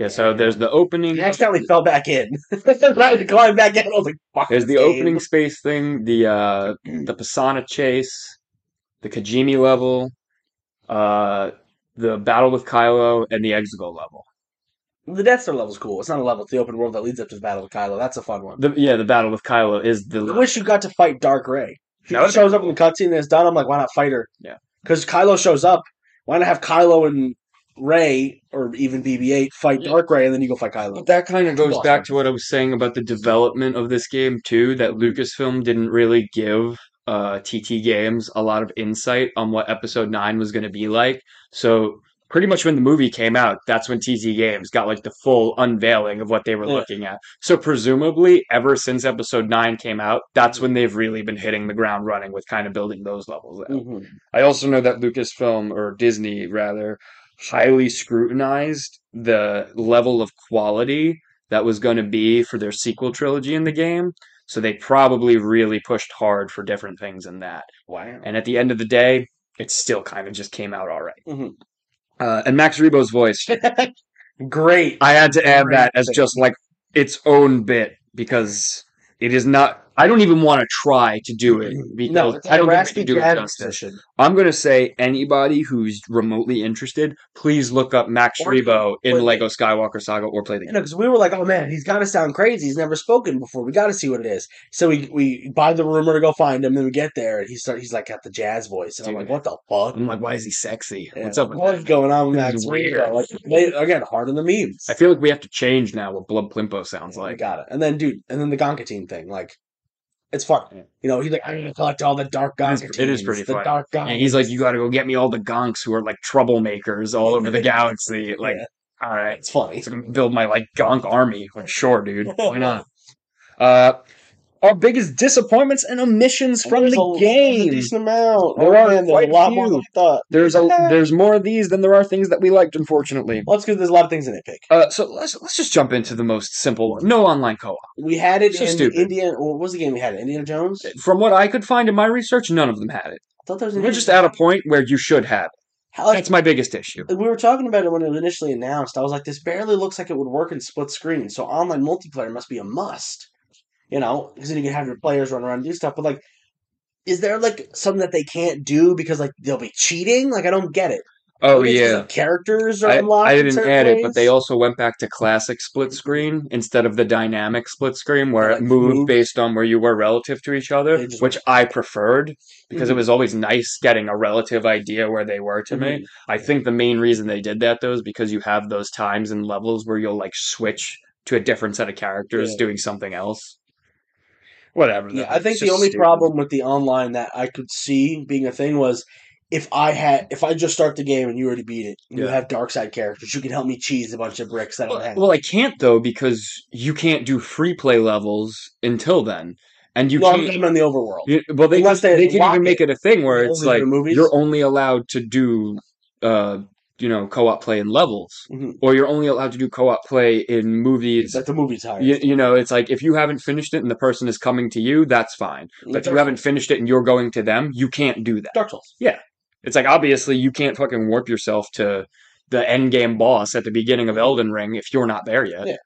C: yeah so there's the opening
B: He accidentally fell back in. I had to climb back in. I was like, fuck
C: There's the
B: this game.
C: opening space thing, the uh the Pisana chase, the Kajimi level, uh the battle with Kylo, and the Exegol level.
B: The Death Star level's cool. It's not a level. It's the open world that leads up to the Battle of Kylo. That's a fun one.
C: The, yeah, the battle with Kylo is the
B: I wish you got to fight Dark Ray. She
C: That
B: just
C: would've
B: shows up in the cutscene and it's done. I'm like, why not fight her?
C: Yeah.
B: Because Kylo shows up. Why not have Kylo and Ray or even BB-8 fight
C: Yeah.
B: Dark Ray and then you go fight Kylo?
C: But that kind of goes
B: Awesome.
C: back to what I was saying about the development of this game too. That Lucasfilm didn't really give uh, TT Games a lot of insight on what Episode Nine was going to be like. So pretty much when the movie came out, that's when TT Games got like the full unveiling of what they were
B: Yeah.
C: looking at. So presumably, ever since Episode Nine came out, that's when they've really been hitting the ground running with kind of building those levels. out.
B: Mhm.
C: I also know that Lucasfilm or Disney rather highly scrutinized the level of quality that was going to be for their sequel trilogy in the game. So they probably really pushed hard for different things in that.
B: Wow.
C: And at the end of the day, it still kind of just came out all right.
B: Mhm.
C: Uh, and Max Rebo's voice,
B: Great.
C: I had to add
B: Great
C: that as
B: thing.
C: just like its own bit because it is not. I don't even want to try to do it because
B: Mm-hmm. no, it's
C: I don't think we
B: raspy
C: can do it
B: jazz
C: justice.
B: position.
C: I'm gonna say anybody who's remotely interested, please look up Max
B: Or-
C: Rebo in
B: or-
C: Lego Skywalker Saga or play the
B: You
C: game.
B: know, because we were like, oh man, he's got to sound crazy. He's never spoken before. We got to see what it is. So we we buy the rumor to go find him. Then we get there and he start, he's like got the jazz voice. And I'm like,
C: Dude.
B: what the fuck?
C: I'm like, why is he sexy?
B: Yeah.
C: What's up with
B: What
C: that?
B: is going on with
C: This
B: Max
C: is
B: Rebo?
C: weird.
B: Like, they, again, hard on the memes.
C: I feel like we have to change now what Blub Plimpo sounds
B: Yeah, we
C: like.
B: got it. And then, dude, and then the Gonkatine thing, like, it's fun.
C: Yeah.
B: You know, he's like, I'm gonna collect all the dark
C: It is-
B: Gonkatines.
C: it is pretty
B: the
C: fun.
B: Dark Gonk.
C: And he's like, you gotta go get me all the gonks who are like troublemakers all over the galaxy. Like,
B: Yeah.
C: all right,
B: it's funny.
C: So I'm gonna build my like gonk army. Like, sure, dude. Why not? Uh, our biggest disappointments and omissions from
B: There's
C: the
B: a- there's a
C: game.
B: decent amount.
C: There
B: Oh,
C: are
B: man,
C: quite
B: there's
C: a
B: a lot more
C: few.
B: than I thought.
C: There's a there's more of these than there are things that we liked, unfortunately.
B: Well, it's because there's a lot of things in it. Pick.
C: Uh, so let's let's just jump into the most simple one. No online co-op.
B: We had it
C: So
B: in
C: stupid.
B: Indiana. What was the game we had? Indiana Jones. I
C: From what I could find in my research, none of them had it.
B: thought that was.
C: We're
B: Indiana
C: just
B: Jones.
C: at a point where you should have. It.
B: How, like,
C: That's my biggest issue.
B: we were talking about it when it was initially announced. I was like, this barely looks like it would work in split screen, so online multiplayer must be a must. You know, because then you can have your players run around and do stuff. But like, is there like something that they can't do because like they'll be cheating? Like, I don't get it.
C: Oh
B: Maybe it's 'cause,
C: yeah,
B: like, characters are
C: I,
B: unlocked.
C: I
B: in
C: didn't
B: certain
C: add it,
B: ways?
C: but they also went back to classic split screen instead of the dynamic split screen where
B: Like
C: it moved
B: moves.
C: based on where you were relative to each other,
B: They just-
C: which I preferred because
B: Mhm.
C: it was always nice getting a relative idea where they were to me.
B: Mhm.
C: I think the main reason they did that though is because you have those times and levels where you'll like switch to a different set of characters
B: Yeah.
C: doing something else. Whatever.
B: Yeah,
C: though,
B: I
C: it's
B: think the
C: just
B: only
C: stupid.
B: problem with the online that I could see being a thing was if I had if I just start the game and you already beat it, you
C: Yeah.
B: have dark side characters. You can help me cheese a bunch of bricks that I don't
C: Well,
B: have.
C: well, I can't though because you can't do free play levels until then, and you
B: no, I'm
C: can't.
B: talking about in the overworld.
C: you- well, they
B: Unless
C: they,
B: they
C: they can
B: lock
C: even make
B: it
C: it a thing where
B: only
C: it's
B: for the
C: like
B: movies.
C: you're only allowed to do, uh, you know, co-op play in levels,
B: Mhm.
C: or you're only allowed to do co-op play in movies
B: That the movie's higher.
C: you, you know it's like if you haven't finished it and the person is coming to you that's fine but if you haven't finished it and you're going to them you can't do that
B: Dark Souls.
C: it's like obviously you can't fucking warp yourself to the end game boss at the beginning of elden ring if you're not there yet
B: Yeah.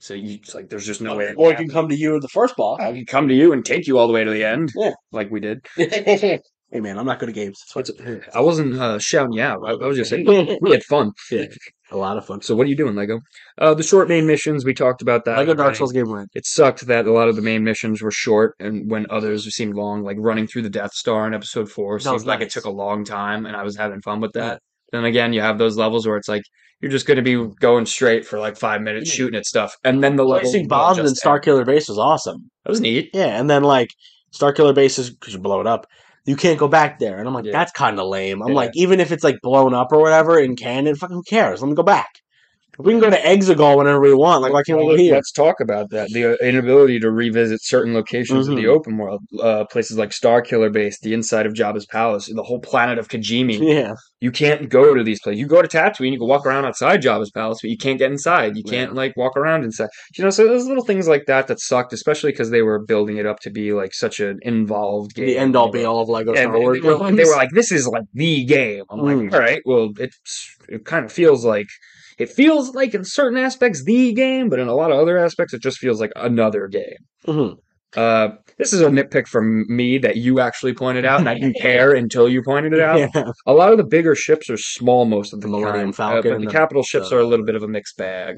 C: so you it's like there's just no way
B: or it can come to you with the first boss.
C: i can come to you and take you all the way to the end
B: Yeah.
C: like we did
B: hey man, I'm not good at games. That's
C: What's- i wasn't uh, shouting you out i, I was just saying we had fun
B: a lot of fun.
C: so what are you doing lego uh, the short main missions we talked about that
B: Lego Dark
C: already.
B: Souls game went.
C: it sucked that a lot of the main missions were short and when others seemed long like running through the death star in episode four
B: That
C: seemed
B: was
C: like it
B: nice.
C: took a long time and i was having fun with that Then again, you have those levels where it's like you're just going to be going straight for like five minutes,
B: Yeah.
C: shooting at stuff, and then the level
B: Placing
C: will
B: bombs in
C: just
B: Star
C: end.
B: Killer Base was awesome.
C: That was neat.
B: Yeah, and then like Star Killer bases because you blow it up, you can't go back there. And I'm like,
C: Yeah.
B: that's kind of lame. I'm
C: Yeah.
B: like, even if it's like blown up or whatever in canon, fucking who cares? Let me go back. We can go to Exegol whenever we want. Like, why can't we go
C: Well,
B: here?
C: Let's talk about that. The uh, inability to revisit certain locations of the
B: Mhm.
C: open world, uh, places like Star Killer Base, the inside of Jabba's palace, the whole planet of Kajimi.
B: Yeah,
C: You can't go to these places. You go to Tatooine, you can walk around outside Jabba's palace, but you can't get inside. You
B: Yeah.
C: can't like walk around inside. You know, so there's little things like that that sucked, especially because they were building it up to be like such an involved game.
B: the end all
C: They
B: be
C: were-
B: all of Lego
C: yeah,
B: Star
C: they-
B: Wars.
C: they, were, they
B: films.
C: were like, "This is like the game." I'm
B: Mm.
C: like, "All right, well, it's it kind of feels like it feels like in certain aspects the game, but in a lot of other aspects, it just feels like another game."
B: Mhm.
C: Uh, this is a nitpick from me that you actually pointed out, and I didn't care until you pointed it out.
B: yeah.
C: A lot of the bigger ships are small most of the
B: Millennium
C: time, uh,
B: Falcon
C: but
B: and
C: the
B: the-
C: capital ships
B: the-
C: are a little bit of a mixed bag.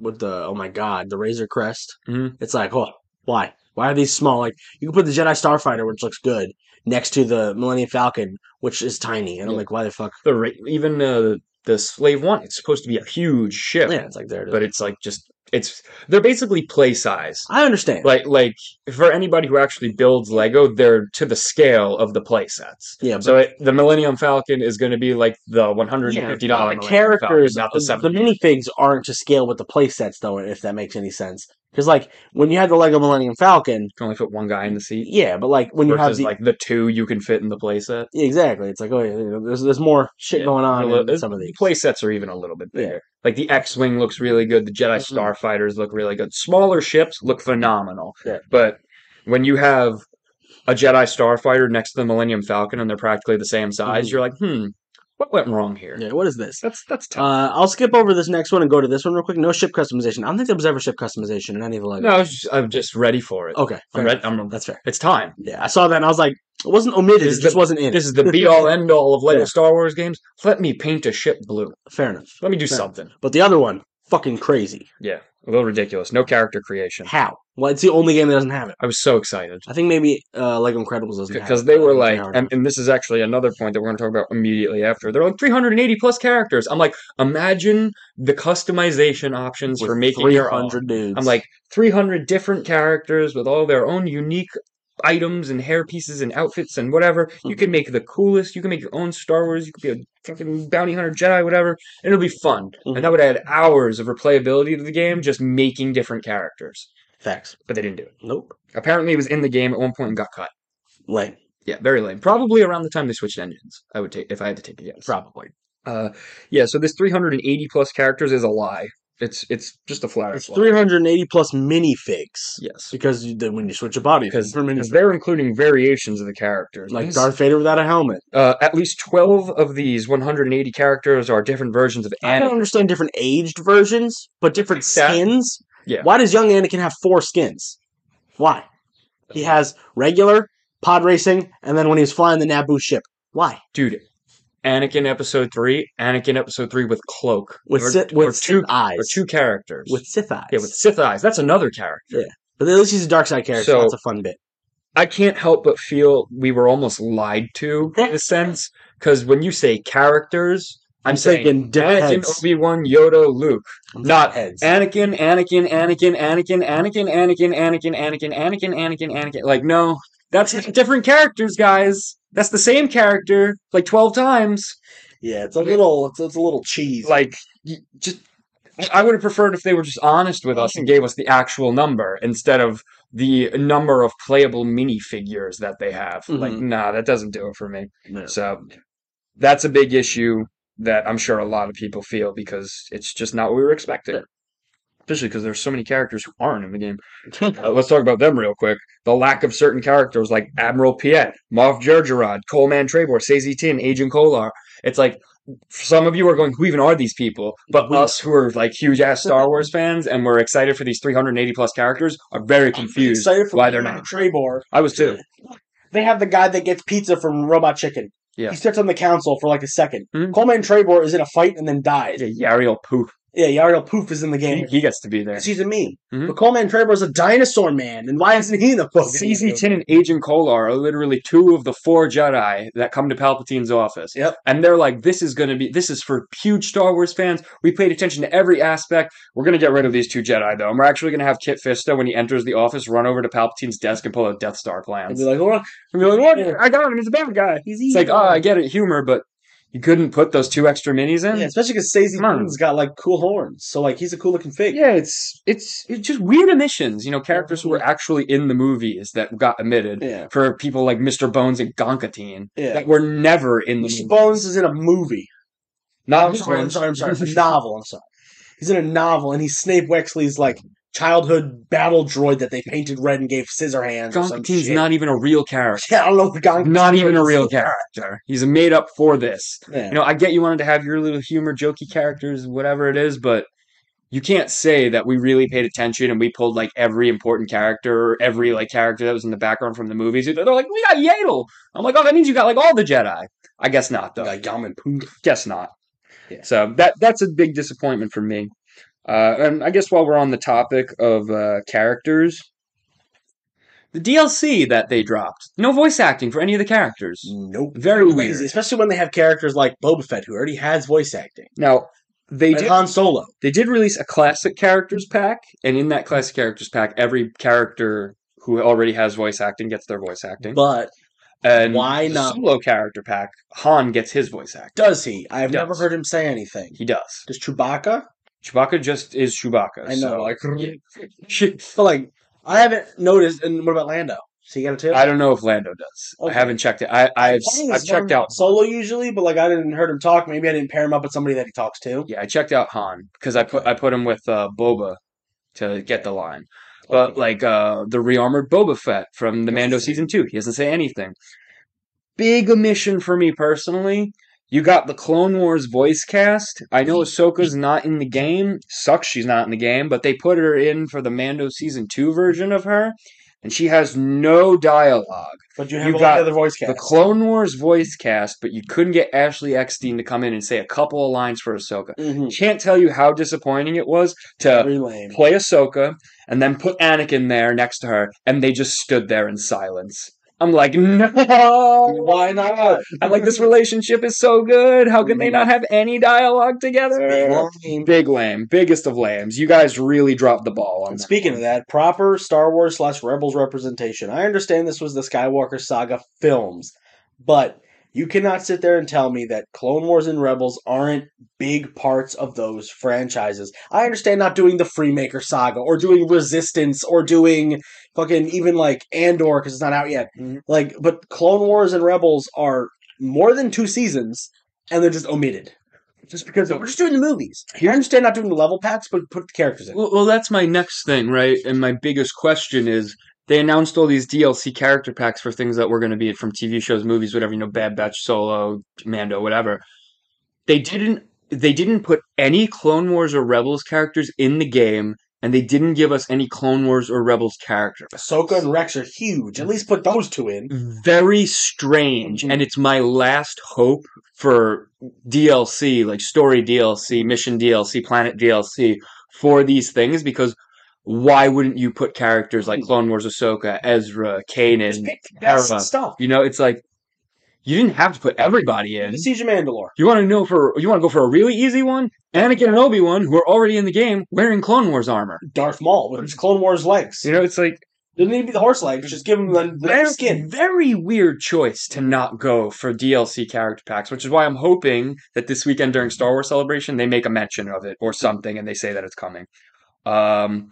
B: with the oh my god, the Razor Crest.
C: Mhm.
B: It's like, oh, why? Why are these small? Like you can put the Jedi Starfighter, which looks good, next to the Millennium Falcon, which is tiny. And I'm
C: Yeah.
B: like, why the fuck?
C: The ra- even uh, the Slave One, it's supposed to be a huge ship,
B: Yeah, it's like there. It is.
C: but it's like just it's they're basically play size.
B: I understand.
C: like like for anybody who actually builds lego they're to the scale of the play sets
B: yeah,
C: so it, the millennium falcon is going to be like the $150
B: Yeah,
C: Millennium
B: the
C: Falcon,
B: characters,
C: not
B: the,
C: the
B: the
C: 70
B: minifigs aren't to scale with the playsets, though, if that makes any sense. Because, like, when you had the Lego Millennium Falcon,
C: you can only fit one guy in the seat
B: yeah, but, like, when you have
C: versus
B: the.
C: like the two you can fit in the play set
B: Yeah, exactly. It's like, oh, yeah, you know, there's, there's more shit
C: Yeah,
B: going on
C: they're a little-
B: in some of
C: the
B: these.
C: play sets are even a little bit
B: Yeah.
C: bigger like the x-wing looks really good the jedi
B: Mhm.
C: starfighters look really good smaller ships look phenomenal
B: Yeah.
C: but when you have a jedi starfighter next to the millennium falcon and they're practically the same size
B: Mhm.
C: you're like hmm what went wrong here
B: Yeah, what is this?
C: That's that's tough.
B: Uh, I'll skip over this next one and go to this one real quick. No ship customization. I don't think there was ever ship customization in any of the Lego.
C: no, I was just, I'm just ready for it.
B: Okay, Oh, fair
C: I'm
B: enough.
C: ready. I'm,
B: that's fair.
C: it's time.
B: Yeah, I saw that and I was like, it wasn't omitted.
C: This
B: it
C: is
B: just
C: the-
B: wasn't in.
C: This is the be all end all of Lego
B: Yeah.
C: Star Wars games. Let me paint a ship blue.
B: fair enough.
C: Let me do
B: Fair.
C: something.
B: But the other one, fucking crazy.
C: Yeah, a little ridiculous. No character creation.
B: How? Well, it's the only game that doesn't have it.
C: I was so excited
B: I think maybe uh, Lego Incredibles doesn't have
C: because
B: it,
C: they
B: uh,
C: were
B: it's
C: like,
B: narrative.
C: and, and this is actually another point that we're going to talk about immediately after. They're like 380 plus characters. I'm like, imagine the customization options
B: With
C: for making your own.
B: 300 dudes.
C: I'm like 300 different characters with all their own unique items and hair pieces and outfits and whatever. You can make the coolest. You can make your own Star Wars. You could be a fucking bounty hunter, Jedi, whatever. And it'll be fun.
B: Mhm.
C: And that would add hours of replayability to the game just making different characters.
B: facts.
C: But they didn't do it.
B: Nope.
C: Apparently, it was in the game at one point and got cut.
B: Lame.
C: Yeah, very lame. Probably around the time they switched engines. I would take if I had to take a guess.
B: Probably.
C: Uh, yeah. So this 380 plus characters is a lie. It's it's just a flat.
B: It's
C: out lie.
B: 380 plus minifigs.
C: Yes.
B: Because you, then when you switch a body,
C: because
B: for minifig.
C: they're including variations of the characters.
B: Like
C: These-
B: Darth Vader without a helmet.
C: uh, at least twelve of these 180 characters are different versions of
B: I don't
C: Anakin.
B: understand different aged versions, but different
C: Like that.
B: skins.
C: Yeah.
B: Why does young Anakin have four skins? Why? He has regular, pod racing, and then when he was flying the Naboo ship. Why?
C: Dude, Anakin Episode Three, Anakin Episode Three with cloak,
B: With,
C: or,
B: Sith,
C: or
B: with
C: two
B: Sith eyes.
C: or two characters
B: with Sith eyes.
C: yeah with Sith eyes. That's another character.
B: But at least he's a dark side character, so
C: So-
B: that's a fun bit.
C: I can't help but feel we were almost lied to in a sense because when you say characters, I'm,
B: I'm
C: saying
B: thinking different
C: Anakin,
B: heads.
C: Obi Wan, Yoda, Luke.
B: I'm
C: not
B: thinking heads.
C: Anakin, Anakin, Anakin, Anakin, Anakin, Anakin, Anakin, Anakin, Anakin, Anakin, Anakin. Like, no, that's different characters, guys. That's the same character like twelve times.
B: Yeah, it's a little, it's, it's a little cheese.
C: Like, y- just I- I would have preferred if they were just honest with us and gave us the actual number instead of the number of playable minifigures that they have. Like,
B: Mhm.
C: nah, that doesn't do it for me.
B: No.
C: So that's a big issue that I'm sure a lot of people feel because it's just not what we were expecting.
B: Yeah.
C: Especially because there's so many characters who aren't in the game. Uh, let's talk about them real quick. The lack of certain characters like Admiral Piet, Moff Gergerod, Coleman Trebor, Sazy Tin, Agent Kolar. It's like some of you are going, who even are these people? But
B: We-
C: us who are like huge ass Star Wars fans and we're excited for these 380 plus characters are very confused why they're not.
B: Trebor.
C: I was too.
B: They have the guy that gets pizza from Robot Chicken.
C: Yeah.
B: He sits on the council for like a 2nd
C: Mhm.
B: Coleman Trebor is in a fight and then dies.
C: Yeah, Yariel Poop.
B: Yeah, Yardo Poof is in the
C: He,
B: game.
C: he gets to be there.
B: Excuse me.
C: Mhm.
B: But Coleman Trevor is a dinosaur man, and why isn't he in the fucking?
C: CZ10 and Agent Kolar are literally two of the four Jedi that come to Palpatine's office.
B: Yep.
C: And they're like, this is going to be, this is for huge Star Wars fans. We paid attention to every aspect. We're going to get rid of these two Jedi, though. And we're actually going to have Kit Fisto, when he enters the office, run over to Palpatine's desk and pull out Death Star
B: And
C: plans.
B: be like, look,
C: And be like, what?
B: Yeah.
C: I got him. He's a bad guy.
B: he's
C: It's
B: evil.
C: like, oh, I get it, humor, but you couldn't put those two extra minis in?
B: yeah, especially because Stacey
C: Come on.
B: Keaton's got like cool horns, so like he's a cool looking fig.
C: Yeah, it's it's it's just weird omissions. You know, characters who were actually in the movies that got omitted
B: yeah.
C: for people like Mr. Bones and Gonkatine
B: yeah.
C: that were never in the
B: Mr.
C: movie.
B: Bones is in a movie.
C: Not
B: I'm sorry, I'm
C: Mm. Bones.
B: sorry, I'm sorry. It's a novel, I'm sorry. He's in a novel, and he's Snape Wexley's like childhood battle droid that they painted red and gave scissor hands. Or some
C: Gonkatine's
B: shit.
C: not even a real character.
B: Yeah, I don't know what Gonk.
C: Not even a real character. He's made up for this.
B: Yeah.
C: You know, I get you wanted to have your little humor, jokey characters, whatever it is, but you can't say that we really paid attention and we pulled like every important character, or every like character that was in the background from the movies. They're like, we got Yadel. I'm like, oh, that means you got like all the Jedi. I guess not, though.
B: Like Yum and Poo.
C: guess not.
B: Yeah.
C: So that that's a big disappointment for me. Uh, and I guess while we're on the topic of uh, characters, the DLC that they dropped, no voice acting for any of the characters.
B: Nope.
C: Very weird.
B: Crazy, especially when they have characters like Boba Fett, who already has voice acting,
C: Now they
B: and
C: did
B: Han Solo.
C: they did release a classic characters pack, and in that classic characters pack, every character who already has voice acting gets their voice acting.
B: But
C: and
B: why
C: the
B: not?
C: solo character pack? Han gets his voice acting.
B: does he? I have
C: Does.
B: never heard him say anything.
C: He does.
B: Does Chewbacca?
C: Chewbacca just is Chewbacca.
B: I know,
C: so-
B: like,
C: She-
B: But like, I haven't noticed. And what about Lando? Does he got a too?
C: I don't know if Lando does.
B: Okay.
C: I haven't checked it. I, I've
B: Funny
C: I've
B: is
C: checked
B: Han
C: out.
B: solo usually, but like I didn't heard him talk. Maybe I didn't pair him up with somebody that he talks to.
C: Yeah, I checked out Han because I put I put him with uh, Boba to get the line. But
B: Okay.
C: like uh, the rearmored Boba Fett from the
B: Doesn't
C: Mando
B: say
C: season two, he doesn't say anything. Big omission for me personally. You got the Clone Wars voice cast. I know Ahsoka's not in the game. Sucks she's not in the game, but they put her in for the Mando season two version of her, and she has no dialogue.
B: but you
C: you
B: have all
C: got
B: the other voice cast.
C: the Clone Wars voice cast, but you couldn't get Ashley Eckstein to come in and say a couple of lines for Ahsoka.
B: Mhm.
C: Can't tell you how disappointing it was to
B: Very lame.
C: play Ahsoka and then put Anakin there next to her, and they just stood there in silence. I'm like, no.
B: Why not?
C: I'm like, this relationship is so good. How can they not have any dialogue together?
B: Lame.
C: Big lame, biggest of lames. You guys really dropped the ball on
B: And
C: that.
B: speaking of that, proper Star Wars slash Rebels representation. I understand this was the Skywalker Saga films, but you cannot sit there and tell me that Clone Wars and Rebels aren't big parts of those franchises. I understand not doing the Freemaker Saga or doing Resistance or doing fucking even like Andor because it's not out yet.
C: Mhm.
B: Like, but Clone Wars and Rebels are more than two seasons, and they're just omitted. Just because we're just doing the movies. I understand not doing the level packs, but put the characters in.
C: Well, well, that's my next thing, right? And my biggest question is they announced all these DLC character packs for things that were going to be from TV shows, movies, whatever, you know, Bad Batch, Solo, Mando, whatever. They didn't they didn't put any Clone Wars or Rebels characters in the game and they didn't give us any Clone Wars or Rebels characters.
B: Ahsoka and Rex are huge. At least put those two in.
C: Very strange, and it's my last hope for DLC, like story DLC, mission DLC, planet DLC for these things because why wouldn't you put characters like Clone Wars Ahsoka, Ezra,
B: Just
C: Kanan?
B: pick the best
C: Hera.
B: stuff.
C: You know, it's like you didn't have to put everybody in.
B: The Siege of Mandalore.
C: You want to know for you want to go for a really easy one? Anakin and Obi Wan, who are already in the game, wearing Clone Wars armor.
B: Darth Maul with his Clone Wars legs.
C: You know, it's like
B: Doesn't need to be the horse legs. Just give him the, the
C: very,
B: skin.
C: very weird choice to not go for DLC character packs, which is why I'm hoping that this weekend during Star Wars Celebration they make a mention of it or something, and they say that it's coming. Um,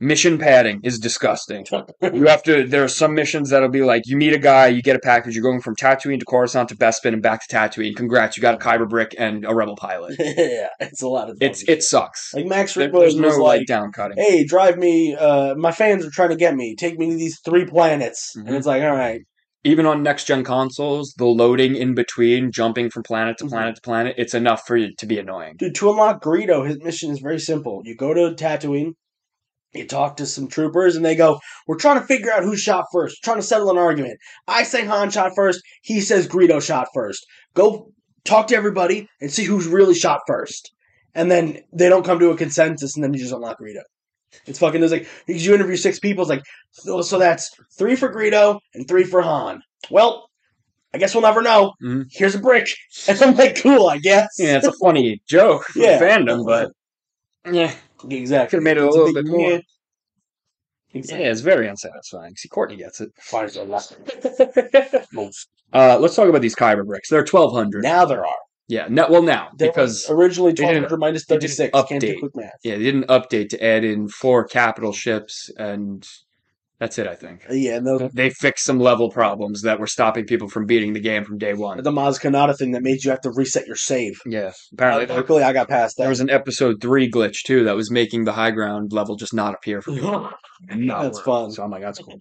C: mission padding is disgusting. you have to. There are some missions that'll be like you meet a guy, you get a package, you're going from Tatooine to Coruscant to Bespin and back to Tatooine. Congrats, you got a Kyber brick and a Rebel pilot.
B: yeah, it's a lot of.
C: It's
B: dumb
C: it sucks.
B: shit. like Max
C: There-
B: Rickman
C: there's
B: was
C: no like
B: like,
C: down cutting.
B: "Hey, drive me. Uh, my fans are trying to get me. Take me to these three planets."
C: Mhm.
B: And it's like, all right,
C: even on next gen consoles, the loading in between, jumping from planet to
B: Mhm.
C: planet to planet, it's enough for you to be annoying.
B: dude. To unlock Greedo, his mission is very simple. You go to Tatooine. You talk to some troopers and they go, We're trying to figure out who shot first, trying to settle an argument. I say Han shot first, he says Greedo shot first. Go talk to everybody and see who's really shot first. and then they don't come to a consensus, and then you just unlock Greedo. It's fucking. There's like because you interview six people. It's like so, so that's three for Greedo and three for Han. Well, I guess we'll never know.
C: Mhm.
B: Here's a brick, and I'm like, cool, I guess.
C: Yeah, it's a funny joke for
B: Yeah.
C: fandom, but yeah,
B: exactly.
C: Could've made it a
B: It's
C: little
B: big-
C: bit more.
B: yeah.
C: yeah,
B: Exactly.
C: it's very unsatisfying. See, Courtney gets it.
B: Why is there less? Most.
C: Uh, let's talk about these kyber bricks. They're twelve hundred.
B: Now there are.
C: Yeah, no, well now
B: There
C: because
B: was originally
C: they didn't-
B: 1200 minus
C: they didn't
B: 36. Can't do
C: update.
B: quick math.
C: yeah, they didn't update to add in four capital ships, and that's it. I think
B: Yeah, and the,
C: they fixed some level problems that were stopping people from beating the game from day one.
B: the Maz Kanata thing that made you have to reset your save.
C: Yeah, apparently there,
B: luckily, I got past
C: there
B: that.
C: was an episode three glitch too that was making the high ground level just not appear for people. not
B: That's
C: work.
B: fun.
C: So I'm like, that's cool.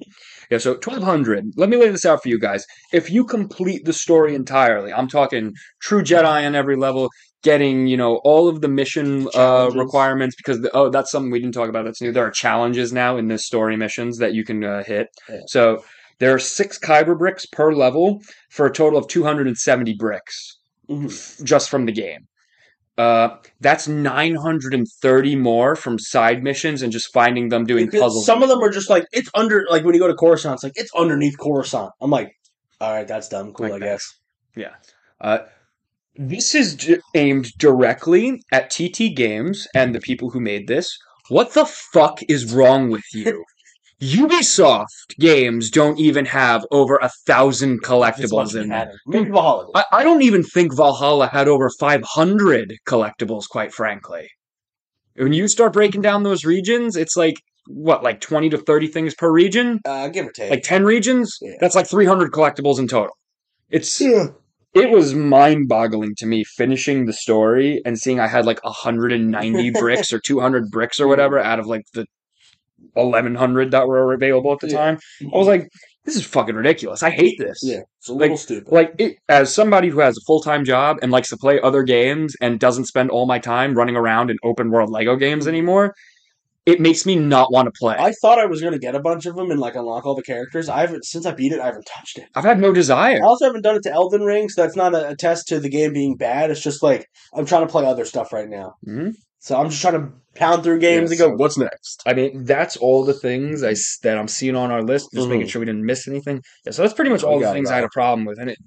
C: Yeah, so 1200. Let me lay this out for you guys. If you complete the story entirely, I'm talking true Jedi on every level, getting you know all of the mission uh,
B: Challenges.
C: requirements because the, oh, that's something we didn't talk about. That's new. There are challenges now in the story missions that you can uh, hit.
B: Yeah.
C: So there are six kyber bricks per level for a total of 270 bricks
B: Mhm.
C: just from the game. Uh, that's 930 more from side missions and just finding them doing
B: Because
C: puzzles.
B: Some of them are just like, it's under, like when you go to Coruscant, it's like, it's underneath Coruscant. I'm like, all right, that's dumb. Cool,
C: Like
B: I
C: that.
B: guess.
C: Uh, this is j- aimed directly at TT Games and the people who made this. What the fuck is wrong with you? Ubisoft games don't even have over a thousand
B: It's much
C: collectibles in them.
B: matter. Maybe Valhalla.
C: I, I don't even think Valhalla had over 500 collectibles, quite frankly. When you start breaking down those regions, it's like, what, like 20 to 30 things per region?
B: Uh, give or take.
C: Like 10 regions?
B: Yeah.
C: That's like 300 collectibles in total. It's
B: yeah.
C: it was mind boggling to me finishing the story and seeing I had like 190 bricks or 200 bricks or whatever out of like the 1100 that were available at the
B: Yeah.
C: time. I was like, this is fucking ridiculous. I hate this.
B: yeah, it's a little stupid.
C: Like, it, as somebody who has a full time job and likes to play other games and doesn't spend all my time running around in open world Lego games anymore, it makes me not want to play.
B: I thought I was going to get a bunch of them and like unlock all the characters. I haven't since I beat it. I haven't touched it.
C: I've had no desire.
B: I also haven't done it to Elden Ring, so that's not a, a test to the game being bad. It's just like I'm trying to play other stuff right now,
C: Mhm.
B: so I'm just trying to pound through games
C: Yeah,
B: and go,
C: so-
B: "What's next?"
C: I mean, that's all the things I s- that I'm seeing on our list. Just making
B: Mhm.
C: sure we didn't miss anything. Yeah, so that's pretty much
B: We
C: all the
B: got it
C: things I had
B: all.
C: a problem with, and it,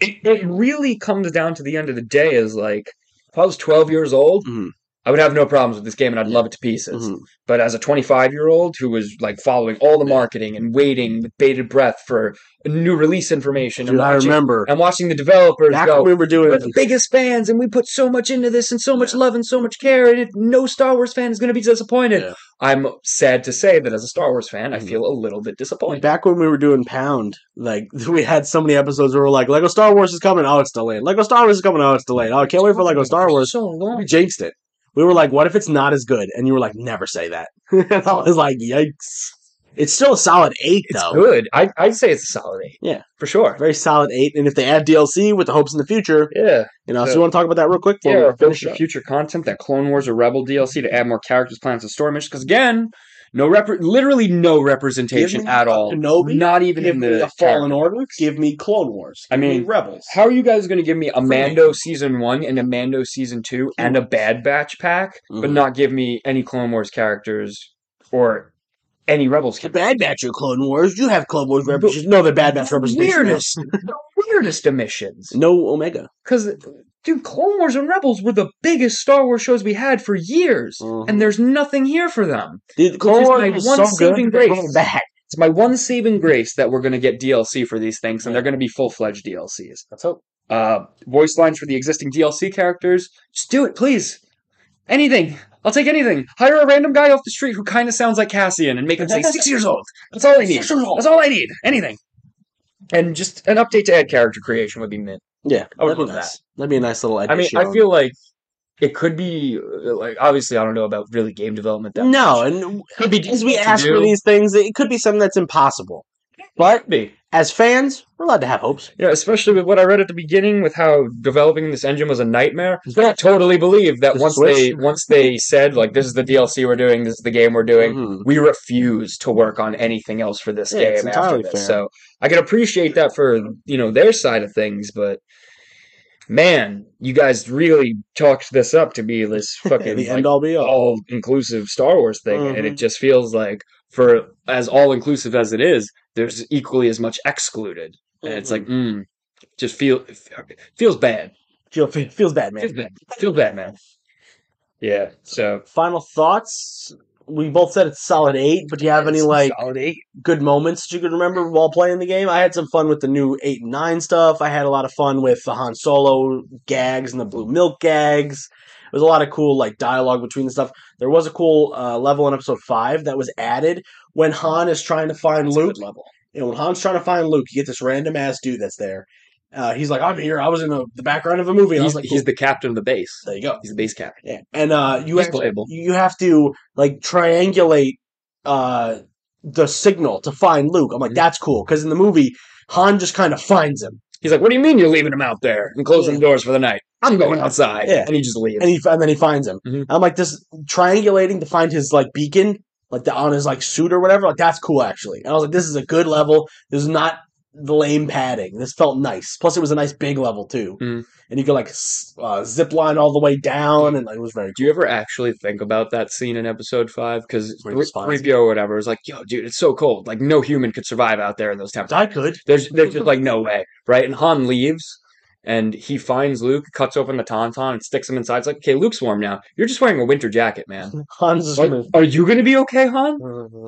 C: it it really comes down to the end of the day is like if I was 12 years old,
B: Mhm.
C: I would have no problems with this game, and I'd
B: Yeah.
C: love it to pieces.
B: mm-hmm.
C: But as a 25 year old who was like following all the
B: Yeah.
C: marketing and waiting with bated breath for new release information, and
B: Dude, I
C: watching,
B: remember
C: and watching the developers
B: back
C: go,
B: when we were doing
C: we're
B: it.
C: the biggest fans, and we put so much into this, and so much love, and so much care, and it, no Star Wars fan is going to be disappointed.
B: Yeah.
C: I'm sad to say that as a Star Wars fan, I
B: Mhm.
C: feel a little bit disappointed.
B: Back when we were doing Pound, like we had so many episodes where we are like, "Lego Star Wars is coming, oh it's delayed. Lego Star Wars is coming, oh it's delayed. Oh, I can't wait for Lego Star Wars."
C: So
B: We
C: long.
B: jinxed it. We were like, "What if it's not as good?" And you were like, "Never say that." and I was like, "Yikes!" It's still a solid eight,
C: It's
B: though.
C: good. I, I'd say it's a solid eight.
B: Yeah.
C: for sure.
B: Very solid eight. And if they add DLC with the hopes in the future,
C: Yeah,
B: You know, so
C: Yeah.
B: you want to talk about that real quick before
C: yeah.
B: we finish
C: for
B: it?
C: future content, that Clone Wars or Rebel DLC to add more characters, plans, and story missions. Because again, no rep, literally no representation
B: Give me
C: at
B: a
C: all.
B: Kenobi,
C: Not even
B: Give
C: in
B: me
C: the
B: a Fallen
C: character.
B: Order. Give me Clone Wars.
C: I
B: Give me
C: mean,
B: Rebels.
C: How are you guys going to give me a
B: me.
C: Mando season one and a Mando season two and a Bad Batch pack, but
B: Mhm.
C: not give me any Clone Wars characters or any Rebels
B: the
C: characters?
B: Bad Batch of Clone Wars. You have Clone Wars
C: But-
B: representations. No, the Bad Batch
C: The
B: representations.
C: weirdest, the weirdest omissions.
B: No Omega.
C: Because, dude, Clone Wars and Rebels were the biggest Star Wars shows we had for years,
B: Mhm.
C: and there's nothing here for them.
B: Dude, Clone
C: is
B: Wars
C: my
B: was
C: one
B: so good.
C: saving
B: they
C: grace.
B: brought it back.
C: It's my one saving grace that we're going to get DLC for these things, and they're going to be full fledged DLCs.
B: Let's hope.
C: uh, voice lines for the existing DLC characters. Just do it, please. Anything. I'll take anything. Hire a random guy off the street who kind of sounds like Cassian and make him say six years old. That's all I need.
B: Six years old.
C: That's all I need. Anything. And just an update to add character creation would be mint.
B: Yeah,
C: I would
B: that'd be
C: love that.
B: nice. That'd be a nice little
C: I mean,
B: addition.
C: I feel like it could be uh, like obviously I don't know about really game development. That
B: no, and
C: could be
B: as we
C: difficult to
B: ask for
C: do.
B: these things, it could be something that's impossible. But
C: Could be.
B: as fans, we're allowed to have hopes.
C: You know, especially with what I read at the beginning with how developing this engine was a nightmare. I totally believe that
B: The
C: once
B: Switch.
C: they once they said like this is the DLC we're doing, this is the game we're doing.
B: Mhm.
C: We refuse to work on anything else for this
B: Yeah,
C: game.
B: it's entirely
C: after this.
B: fair.
C: So I can appreciate that for you know their side of things, but man, you guys really chalked this up to be this fucking
B: the
C: like,
B: end all be all.
C: all inclusive Star Wars thing, and it
B: Mhm.
C: just feels like for as all inclusive as it is, there's equally as much excluded, and it's like,
B: Mm-hmm.
C: mm, just feel feels bad,
B: Feel, feel- feels bad, man.
C: feels bad, feels bad, man. Yeah, so
B: Final thoughts. We both said it's solid eight, but do you have any
C: It's
B: like
C: solid eight.
B: good moments that you could remember while playing the game? I had some fun with the new eight and nine stuff. I had a lot of fun with the Han Solo gags and the blue milk gags. There was a lot of cool like dialogue between the stuff. There was a cool uh, level in episode five that was added when Han is trying to find
C: It's a
B: Luke.
C: good level.
B: And when Han's trying to find Luke, you get this random ass dude that's there. Uh, he's like, I'm here. I was in the, the background of a movie. And I was
C: He's,
B: like,
C: he's the captain of the base.
B: there you go.
C: He's the base captain.
B: Yeah. And uh, you
C: He's
B: have
C: playable.
B: you have to like triangulate uh, the signal to find Luke. I'm like,
C: Mhm.
B: that's cool because in the movie, Han just kind of finds him,
C: He's like, "What do you mean you're leaving him out there and closing
B: Yeah.
C: the doors for the night? I'm going outside."
B: Yeah.
C: and he just leaves.
B: and he and then he finds him.
C: Mhm.
B: I'm like, this triangulating to find his like beacon, like the on his like suit or whatever. Like that's cool actually. And I was like, this is a good level. This is not the lame padding. This felt nice. Plus, it was a nice big level too.
C: Mhm.
B: And you could like s- uh, zip line all the way down, and like, it was very
C: Do you ever actually think about that scene in episode five? Because
B: Where he just finds
C: Ripio or whatever is like, "Yo, dude, it's so cold. Like, no human could survive out there in those temperatures."
B: I could.
C: There's, there's just like no way, right? And Han leaves, and he finds Luke, cuts open the tauntaun, and sticks him inside. It's like, okay, Luke's warm now. You're just wearing a winter jacket, man.
B: Han's just
C: Are, are you gonna be okay, Han?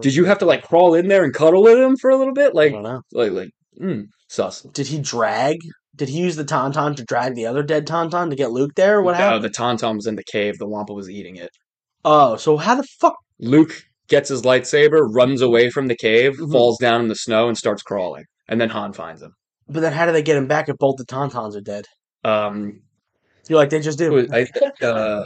C: Did you have to like crawl in there and cuddle with him for a little bit?
B: I
C: Like,
B: don't know.
C: like, like, mm, sus.
B: did he drag? Did he use the tauntaun to drag the other dead tauntaun to get Luke there? What
C: No,
B: happened?
C: the tauntaun was in the cave. The Wampa was eating it.
B: Oh, so how the fuck?
C: Luke gets his lightsaber, runs away from the cave,
B: Mhm.
C: falls down in the snow, and starts crawling. And then Han finds him.
B: But then how do they get him back if both the tauntauns are dead?
C: Um,
B: You're like they just
C: it
B: do
C: was- I think, uh,